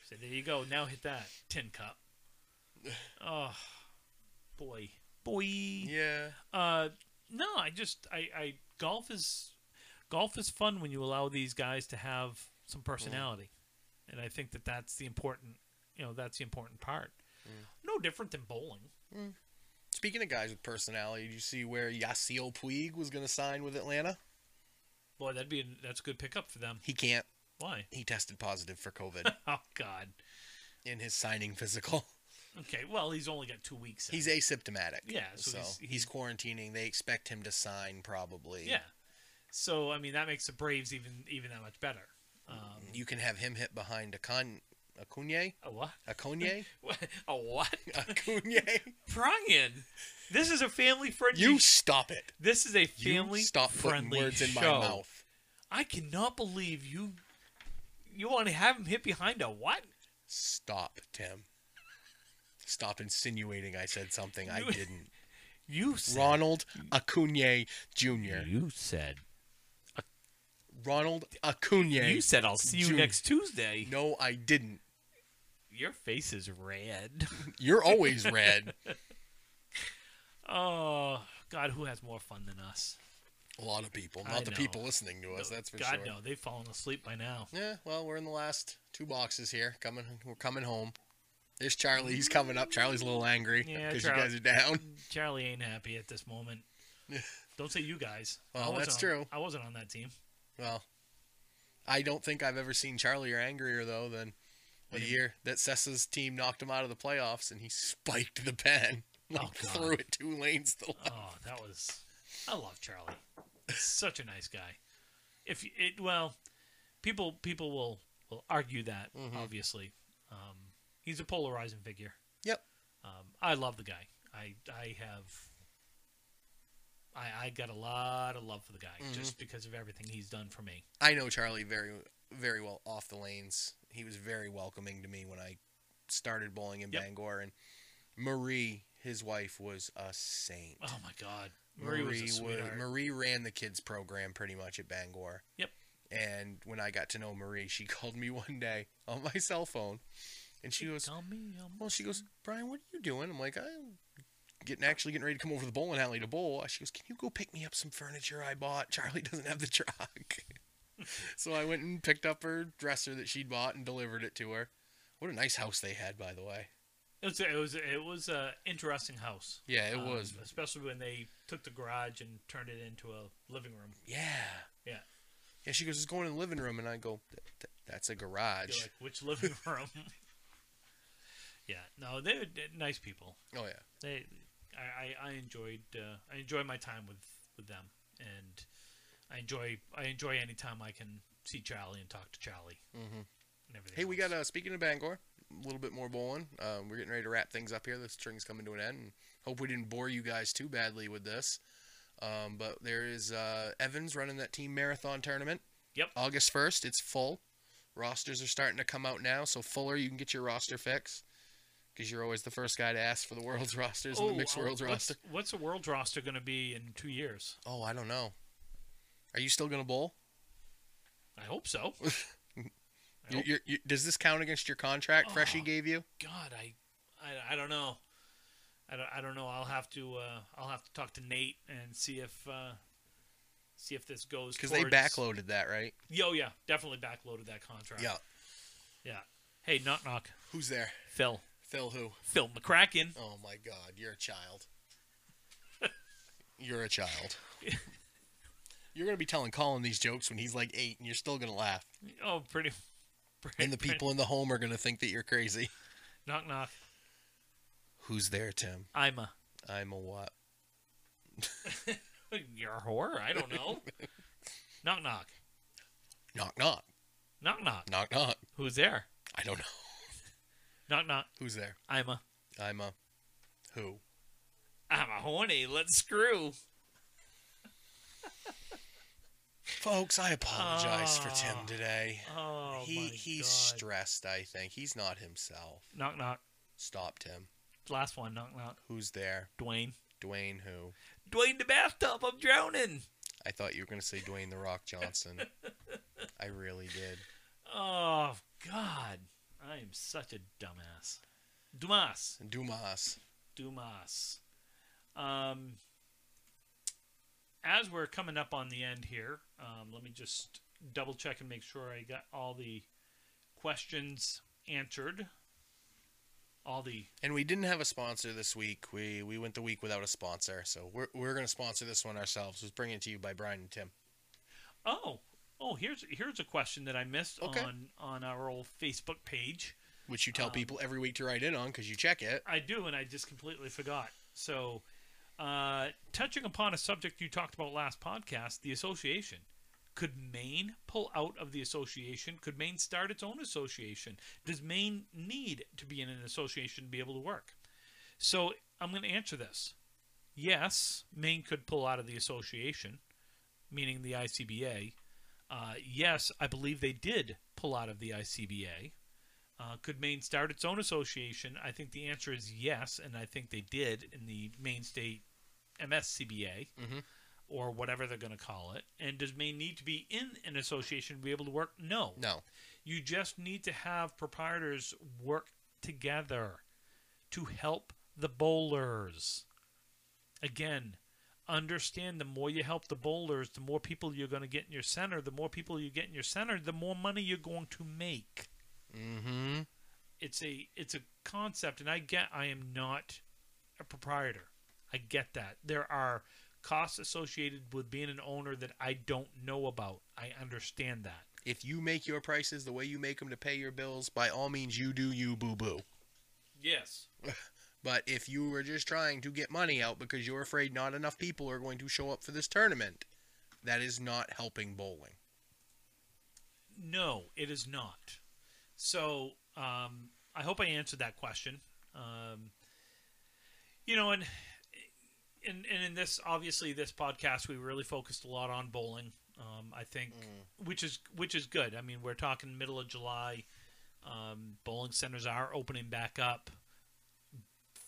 [SPEAKER 2] So there you go. Now hit that tin cup. Oh, boy, boy.
[SPEAKER 1] Yeah,
[SPEAKER 2] Uh, no, I just I, I golf is golf is fun when you allow these guys to have some
[SPEAKER 1] Mm.
[SPEAKER 2] personality, and I think that that's the important you know that's the important part.
[SPEAKER 1] Mm.
[SPEAKER 2] No different than bowling.
[SPEAKER 1] Speaking of guys with personality, did you see where Yasiel Puig was going to sign with Atlanta?
[SPEAKER 2] Boy, that'd be an, that's a good pickup for them.
[SPEAKER 1] He can't.
[SPEAKER 2] Why?
[SPEAKER 1] He tested positive for COVID
[SPEAKER 2] Oh God.
[SPEAKER 1] in his signing physical.
[SPEAKER 2] Okay. Well, he's only got two weeks. in.
[SPEAKER 1] He's asymptomatic.
[SPEAKER 2] Yeah, so
[SPEAKER 1] so,
[SPEAKER 2] he's-
[SPEAKER 1] he's,
[SPEAKER 2] he-
[SPEAKER 1] quarantining. They expect him to sign probably.
[SPEAKER 2] yeah. So I mean that makes the Braves even even that much better. Um,
[SPEAKER 1] You can have him hit behind a con a Cunye,
[SPEAKER 2] a what?
[SPEAKER 1] a Cunye,
[SPEAKER 2] A what?
[SPEAKER 1] a Cunye.
[SPEAKER 2] Brian, this is a family friendly.
[SPEAKER 1] You stop it.
[SPEAKER 2] this is a
[SPEAKER 1] You
[SPEAKER 2] family
[SPEAKER 1] stop putting
[SPEAKER 2] friendly
[SPEAKER 1] words in my
[SPEAKER 2] show.
[SPEAKER 1] mouth.
[SPEAKER 2] I cannot believe you you want to have him hit behind a what?
[SPEAKER 1] Stop, Tim. Stop insinuating I said something I
[SPEAKER 2] You-
[SPEAKER 1] didn't.
[SPEAKER 2] You said
[SPEAKER 1] Ronald Acuna Jr.
[SPEAKER 2] you said
[SPEAKER 1] Ronald Acuna.
[SPEAKER 2] you said I'll see you
[SPEAKER 1] June.
[SPEAKER 2] next Tuesday.
[SPEAKER 1] No, I didn't.
[SPEAKER 2] Your face is red.
[SPEAKER 1] You're always red.
[SPEAKER 2] oh God, who has more fun than us?
[SPEAKER 1] A lot of people,
[SPEAKER 2] I
[SPEAKER 1] not the
[SPEAKER 2] know.
[SPEAKER 1] people listening to us. That's for
[SPEAKER 2] God
[SPEAKER 1] sure.
[SPEAKER 2] no, they've fallen asleep by now.
[SPEAKER 1] Yeah. Well, we're in the last two boxes here. Coming, we're coming home. There's Charlie. He's coming up. Charlie's a little angry
[SPEAKER 2] Yeah,
[SPEAKER 1] because
[SPEAKER 2] Charlie.
[SPEAKER 1] you guys are down.
[SPEAKER 2] Charlie ain't happy at this moment. Don't say you guys.
[SPEAKER 1] Well,
[SPEAKER 2] wasn't
[SPEAKER 1] that's
[SPEAKER 2] on-
[SPEAKER 1] true.
[SPEAKER 2] I wasn't on that team.
[SPEAKER 1] Well, I don't think I've ever seen Charlie or angrier though than the
[SPEAKER 2] do you-
[SPEAKER 1] year that Sessa's team knocked him out of the playoffs and he spiked the pen, like
[SPEAKER 2] Oh, God.
[SPEAKER 1] threw it two lanes to the left.
[SPEAKER 2] Oh, that was. I love Charlie. He's Such a nice guy. If you- it well, people people will will argue that
[SPEAKER 1] Mm-hmm.
[SPEAKER 2] obviously. Um, he's a polarizing figure.
[SPEAKER 1] Yep.
[SPEAKER 2] Um, I love the guy. I I have. I I got a lot of love for the guy
[SPEAKER 1] Mm-hmm.
[SPEAKER 2] just because of everything he's done for me.
[SPEAKER 1] I know Charlie very very well off the lanes. He was very welcoming to me when I started bowling in
[SPEAKER 2] Yep.
[SPEAKER 1] Bangor and Marie, his wife, was a saint.
[SPEAKER 2] Oh my God, Murray was a
[SPEAKER 1] wa-
[SPEAKER 2] sweetheart.
[SPEAKER 1] Marie ran the kids program pretty much at Bangor.
[SPEAKER 2] Yep.
[SPEAKER 1] And when I got to know Marie, she called me one day on my cell phone, and she goes,
[SPEAKER 2] Tell me, um,
[SPEAKER 1] "Well, she goes, Brian, what are you doing?" I'm like, "I'm getting actually getting ready to come over to the bowling alley to bowl." She goes, "Can you go pick me up some furniture I bought? Charlie doesn't have the truck." so I went and picked up her dresser that she'd bought and delivered it to her. What a nice house they had, by the way.
[SPEAKER 2] it was it was it was a interesting house.
[SPEAKER 1] Yeah, it
[SPEAKER 2] Um,
[SPEAKER 1] was.
[SPEAKER 2] especially when they took the garage and turned it into a living room.
[SPEAKER 1] Yeah.
[SPEAKER 2] Yeah.
[SPEAKER 1] Yeah, she goes, it's going in the living room. And I go, "Th- th- that's a
[SPEAKER 2] You're
[SPEAKER 1] garage.
[SPEAKER 2] like, which living room? yeah, no, they're, they're nice people.
[SPEAKER 1] Oh, yeah.
[SPEAKER 2] They, I, I, I enjoyed, uh, I enjoy my time with with them, and I enjoy, I enjoy any time I can see Charlie and talk to Charlie.
[SPEAKER 1] Mm-hmm.
[SPEAKER 2] And everything
[SPEAKER 1] Hey, we
[SPEAKER 2] else.
[SPEAKER 1] got, uh, speaking of Bangor, a little bit more bowling. Um, we're getting ready to wrap things up here. The string's coming to an end. And hope we didn't bore you guys too badly with this. Um, but there is uh, Evans running that team marathon tournament.
[SPEAKER 2] Yep.
[SPEAKER 1] August 1st. It's full. Rosters are starting to come out now. So, Fuller, you can get your roster fix because you're always the first guy to ask for the world's rosters and the mixed
[SPEAKER 2] uh,
[SPEAKER 1] world's
[SPEAKER 2] what's,
[SPEAKER 1] roster.
[SPEAKER 2] What's the world's roster going to be in two years?
[SPEAKER 1] Oh, I don't know. Are you still going to bowl?
[SPEAKER 2] I hope so. I
[SPEAKER 1] You-
[SPEAKER 2] Nope.
[SPEAKER 1] you- you- does this count against your contract Freshie
[SPEAKER 2] Oh.
[SPEAKER 1] gave you?
[SPEAKER 2] God, I, I, I don't know. I don't, I don't know. I'll have to uh, I'll have to talk to Nate and see if uh, see if this goes
[SPEAKER 1] Because they
[SPEAKER 2] towards-
[SPEAKER 1] backloaded that, right?
[SPEAKER 2] Yo, yeah, definitely backloaded that contract.
[SPEAKER 1] Yeah.
[SPEAKER 2] yeah. Hey, knock knock,
[SPEAKER 1] Who's there?
[SPEAKER 2] Phil,
[SPEAKER 1] Phil who?
[SPEAKER 2] Phil McCracken.
[SPEAKER 1] Oh my God, you're a child. you're a child. you're gonna be telling Colin these jokes when he's like eight, and you're still gonna laugh,
[SPEAKER 2] Oh, pretty. pretty
[SPEAKER 1] and the people in the home are gonna think that you're crazy.
[SPEAKER 2] knock knock.
[SPEAKER 1] Who's there, Tim?
[SPEAKER 2] I'm a
[SPEAKER 1] I'm a what?
[SPEAKER 2] you're a whore. I don't know. knock knock,
[SPEAKER 1] Knock knock,
[SPEAKER 2] knock knock.
[SPEAKER 1] knock knock.
[SPEAKER 2] Who's there?
[SPEAKER 1] I don't know.
[SPEAKER 2] Knock knock.
[SPEAKER 1] Who's there?
[SPEAKER 2] I'm a
[SPEAKER 1] I'm a who?
[SPEAKER 2] I'm a horny. Let's screw.
[SPEAKER 1] Folks, I apologize for Tim
[SPEAKER 2] Ah.
[SPEAKER 1] today.
[SPEAKER 2] Oh
[SPEAKER 1] he
[SPEAKER 2] my
[SPEAKER 1] he's
[SPEAKER 2] God.
[SPEAKER 1] stressed, I think. He's not himself.
[SPEAKER 2] knock knock.
[SPEAKER 1] Stop Tim.
[SPEAKER 2] Last one. Knock knock.
[SPEAKER 1] Who's there?
[SPEAKER 2] Dwayne.
[SPEAKER 1] Dwayne who?
[SPEAKER 2] Dwayne the bathtub. I'm drowning.
[SPEAKER 1] I thought you were gonna say Dwayne the Rock Johnson. I really did.
[SPEAKER 2] Oh God, I am such a dumbass. Dumas.
[SPEAKER 1] Dumas.
[SPEAKER 2] Dumas. Um, as we're coming up on the end here, um, let me just double check and make sure I got all the questions answered. All the
[SPEAKER 1] And we didn't have a sponsor this week. We we went the week without a sponsor, so we're we're gonna sponsor this one ourselves. It's bringing it to you by Brian and Tim.
[SPEAKER 2] oh oh here's here's a question that I missed
[SPEAKER 1] Okay.
[SPEAKER 2] on on our old Facebook page.
[SPEAKER 1] Which you tell
[SPEAKER 2] Um,
[SPEAKER 1] people every week to write in on because you check it.
[SPEAKER 2] I do, and I just completely forgot. So, uh, touching upon a subject you talked about last podcast, the association. Could Maine pull out of the association? Could Maine start its own association? Does Maine need to be in an association to be able to work? So, I'm going to answer this. Yes, Maine could pull out of the association, meaning the ICBA. Uh, yes, I believe they did pull out of the ICBA. Uh, could Maine start its own association? I think the answer is yes, and I think they did in the Maine State MSCBA
[SPEAKER 1] Mhm.
[SPEAKER 2] or whatever they're going to call it. And does Maine need to be in an association to be able to work? No.
[SPEAKER 1] No.
[SPEAKER 2] You just need to have proprietors work together to help the bowlers. Again, understand the more you help the bowlers, the more people you're going to get in your center. The more people you get in your center, the more money you're going to make
[SPEAKER 1] Mm-hmm.
[SPEAKER 2] it's a it's a concept and i get i am not a proprietor i get that there are costs associated with being an owner that i don't know about i understand that
[SPEAKER 1] If you make your prices the way you make them to pay your bills, by all means, you do you, boo boo.
[SPEAKER 2] yes
[SPEAKER 1] But if you were just trying to get money out because you're afraid not enough people are going to show up for this tournament, that is not helping bowling.
[SPEAKER 2] no it is not so um i hope i answered that question um you know and and, and in this obviously this podcast we really focused a lot on bowling um i think
[SPEAKER 1] Mm.
[SPEAKER 2] which is which is good. I mean, we're talking middle of July. Um, bowling centers are opening back up.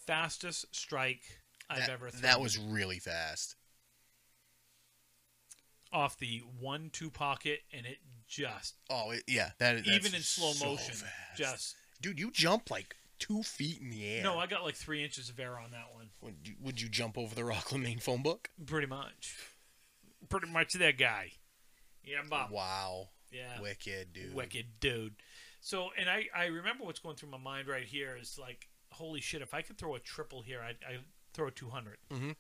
[SPEAKER 2] Fastest strike I've
[SPEAKER 1] that,
[SPEAKER 2] ever thrown
[SPEAKER 1] that was really fast.
[SPEAKER 2] off the one-two pocket, and it just
[SPEAKER 1] Oh it, yeah, that that's
[SPEAKER 2] even in slow
[SPEAKER 1] so
[SPEAKER 2] motion,
[SPEAKER 1] fast.
[SPEAKER 2] just
[SPEAKER 1] dude, you jump like two feet in the air.
[SPEAKER 2] no. I got like three inches of air on that one,
[SPEAKER 1] would, you, would you jump over the Rockland main phone book?
[SPEAKER 2] pretty much, pretty much that guy. Yeah, Bob.
[SPEAKER 1] Wow,
[SPEAKER 2] Yeah.
[SPEAKER 1] wicked dude.
[SPEAKER 2] wicked dude. So, and I, I remember what's going through my mind right here is like, holy shit, if I could throw a triple here, I'd, I'd throw a 200.
[SPEAKER 1] Mhm.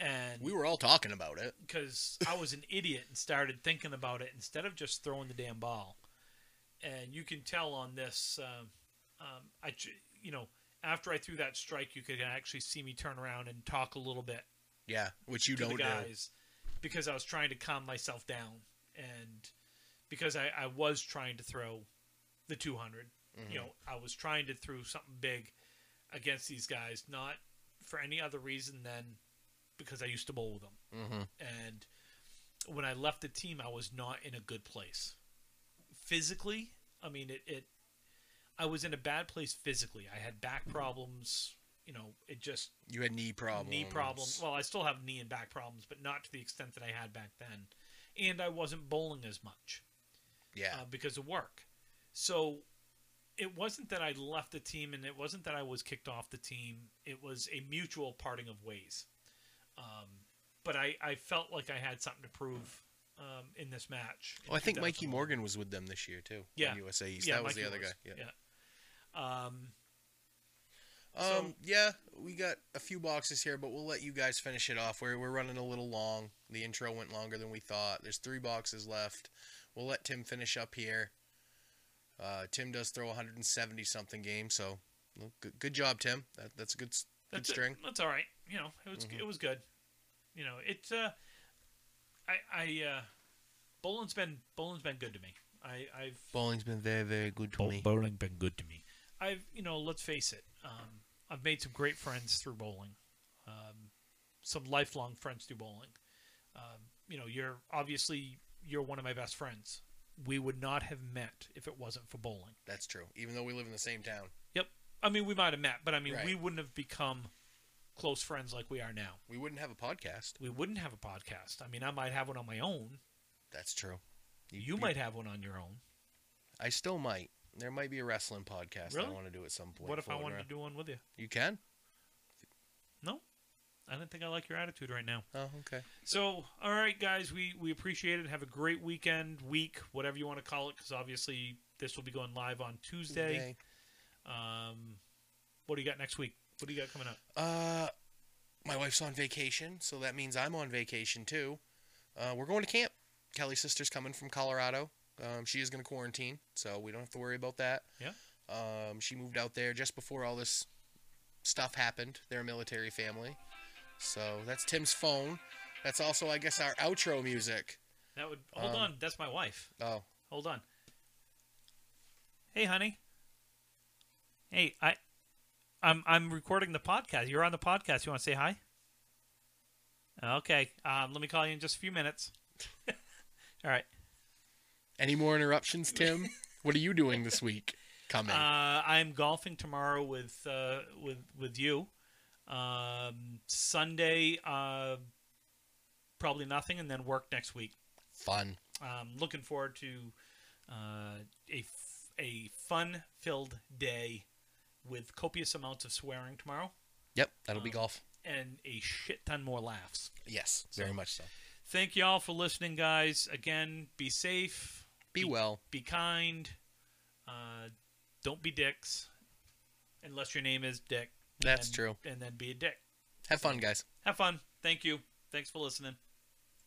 [SPEAKER 2] And
[SPEAKER 1] We were all talking about it.
[SPEAKER 2] because I was an idiot and started thinking about it instead of just throwing the damn ball. And you can tell on this, um, um, I, ch- you know, after I threw that strike, you could actually see me turn around and talk a little bit
[SPEAKER 1] Yeah, which you
[SPEAKER 2] to
[SPEAKER 1] don't
[SPEAKER 2] the
[SPEAKER 1] do.
[SPEAKER 2] guys because I was trying to calm myself down and because I, I was trying to throw the 200. You know, I was trying to throw something big against these guys, not for any other reason than because I used to bowl with them.
[SPEAKER 1] Mm-hmm.
[SPEAKER 2] And when I left the team, I was not in a good place. Physically, I mean, it, it I was in a bad place physically. I had back problems. You know, it just
[SPEAKER 1] You had knee problems.
[SPEAKER 2] knee problems. Well, I still have knee and back problems, but not to the extent that I had back then. And I wasn't bowling as much
[SPEAKER 1] Yeah.
[SPEAKER 2] uh, because of work. So it wasn't that I left the team and it wasn't that I was kicked off the team. It was a mutual parting of ways. Um, but I, I felt like I had something to prove um, in this match. in
[SPEAKER 1] Oh, I think Mikey
[SPEAKER 2] 2011.
[SPEAKER 1] Morgan was with them this year too. on
[SPEAKER 2] Yeah.
[SPEAKER 1] USA East.
[SPEAKER 2] Yeah,
[SPEAKER 1] that was
[SPEAKER 2] Mikey
[SPEAKER 1] the other guy. Yeah.
[SPEAKER 2] yeah. Um, So-
[SPEAKER 1] Um, yeah, we got a few boxes here, but we'll let you guys finish it off. We're, we're running a little long. The intro went longer than we thought. There's three boxes left. We'll let Tim finish up here. Uh, Tim does throw 170 something game, so well, good, good job, Tim. That, that's a good s- good
[SPEAKER 2] that's it.
[SPEAKER 1] string.
[SPEAKER 2] That's all right. You know, it was
[SPEAKER 1] Mhm.
[SPEAKER 2] it was good. You know, it's uh, I I uh, bowling's been bowling's been good to me. I I've
[SPEAKER 1] Bowling's been very very good to me.
[SPEAKER 2] bowling been good to me. I've you know, let's face it, um, I've made some great friends through bowling, um, some lifelong friends through bowling. Um, you know, you're obviously you're one of my best friends. We would not have met if it wasn't for bowling.
[SPEAKER 1] That's true. Even though we live in the same town,
[SPEAKER 2] Yep. I mean, we might have met, but I mean,
[SPEAKER 1] Right.
[SPEAKER 2] we wouldn't have become close friends like we are now.
[SPEAKER 1] we wouldn't have a podcast.
[SPEAKER 2] We wouldn't have a podcast. I mean, I might have one on my own.
[SPEAKER 1] That's true.
[SPEAKER 2] You, might have one on your own.
[SPEAKER 1] I still might. There might be a wrestling podcast I
[SPEAKER 2] Really?
[SPEAKER 1] want to do at some point.
[SPEAKER 2] What if I
[SPEAKER 1] floating
[SPEAKER 2] wanted to
[SPEAKER 1] around.
[SPEAKER 2] do one with you?
[SPEAKER 1] You can.
[SPEAKER 2] No. I don't think I like your attitude right now.
[SPEAKER 1] Oh, okay.
[SPEAKER 2] So, all right, guys, we, we appreciate it. Have a great weekend, week, whatever you want to call it, because obviously this will be going live on Tuesday.
[SPEAKER 1] Okay.
[SPEAKER 2] Um, what do you got next week? What do you got coming up?
[SPEAKER 1] Uh, my wife's on vacation, so that means I'm on vacation too. Uh, we're going to camp. Kelly's sister's coming from Colorado. Um, she is going to quarantine, so we don't have to worry about that.
[SPEAKER 2] Yeah.
[SPEAKER 1] Um, she moved out there just before all this stuff happened. They're a military family. So that's Tim's phone. That's also, I guess, our outro music.
[SPEAKER 2] That would hold
[SPEAKER 1] Um,
[SPEAKER 2] on. That's my wife.
[SPEAKER 1] Oh,
[SPEAKER 2] Hold on. Hey, honey. Hey, I, I'm I'm recording the podcast. You're on the podcast. You want to say hi? Okay. Um, let me call you in just a few minutes. All right.
[SPEAKER 1] any more interruptions, Tim? what are you doing this week? Coming.
[SPEAKER 2] Uh, I'm golfing tomorrow with uh, with with you. Um, Sunday, uh, probably nothing, and then work next week.
[SPEAKER 1] Fun.
[SPEAKER 2] um, looking forward to uh, a, f- a fun filled day with copious amounts of swearing tomorrow
[SPEAKER 1] Yep, that'll be
[SPEAKER 2] Um,
[SPEAKER 1] golf.
[SPEAKER 2] and a shit ton more laughs.
[SPEAKER 1] Yes, very
[SPEAKER 2] so-
[SPEAKER 1] much so.
[SPEAKER 2] Thank you all for listening, guys. Again, be safe,
[SPEAKER 1] Be well.
[SPEAKER 2] be kind, uh, don't be dicks, unless your name is Dick.
[SPEAKER 1] That's
[SPEAKER 2] and-
[SPEAKER 1] true.
[SPEAKER 2] And then be a dick.
[SPEAKER 1] Have fun, guys.
[SPEAKER 2] Have fun. Thank you. Thanks for listening.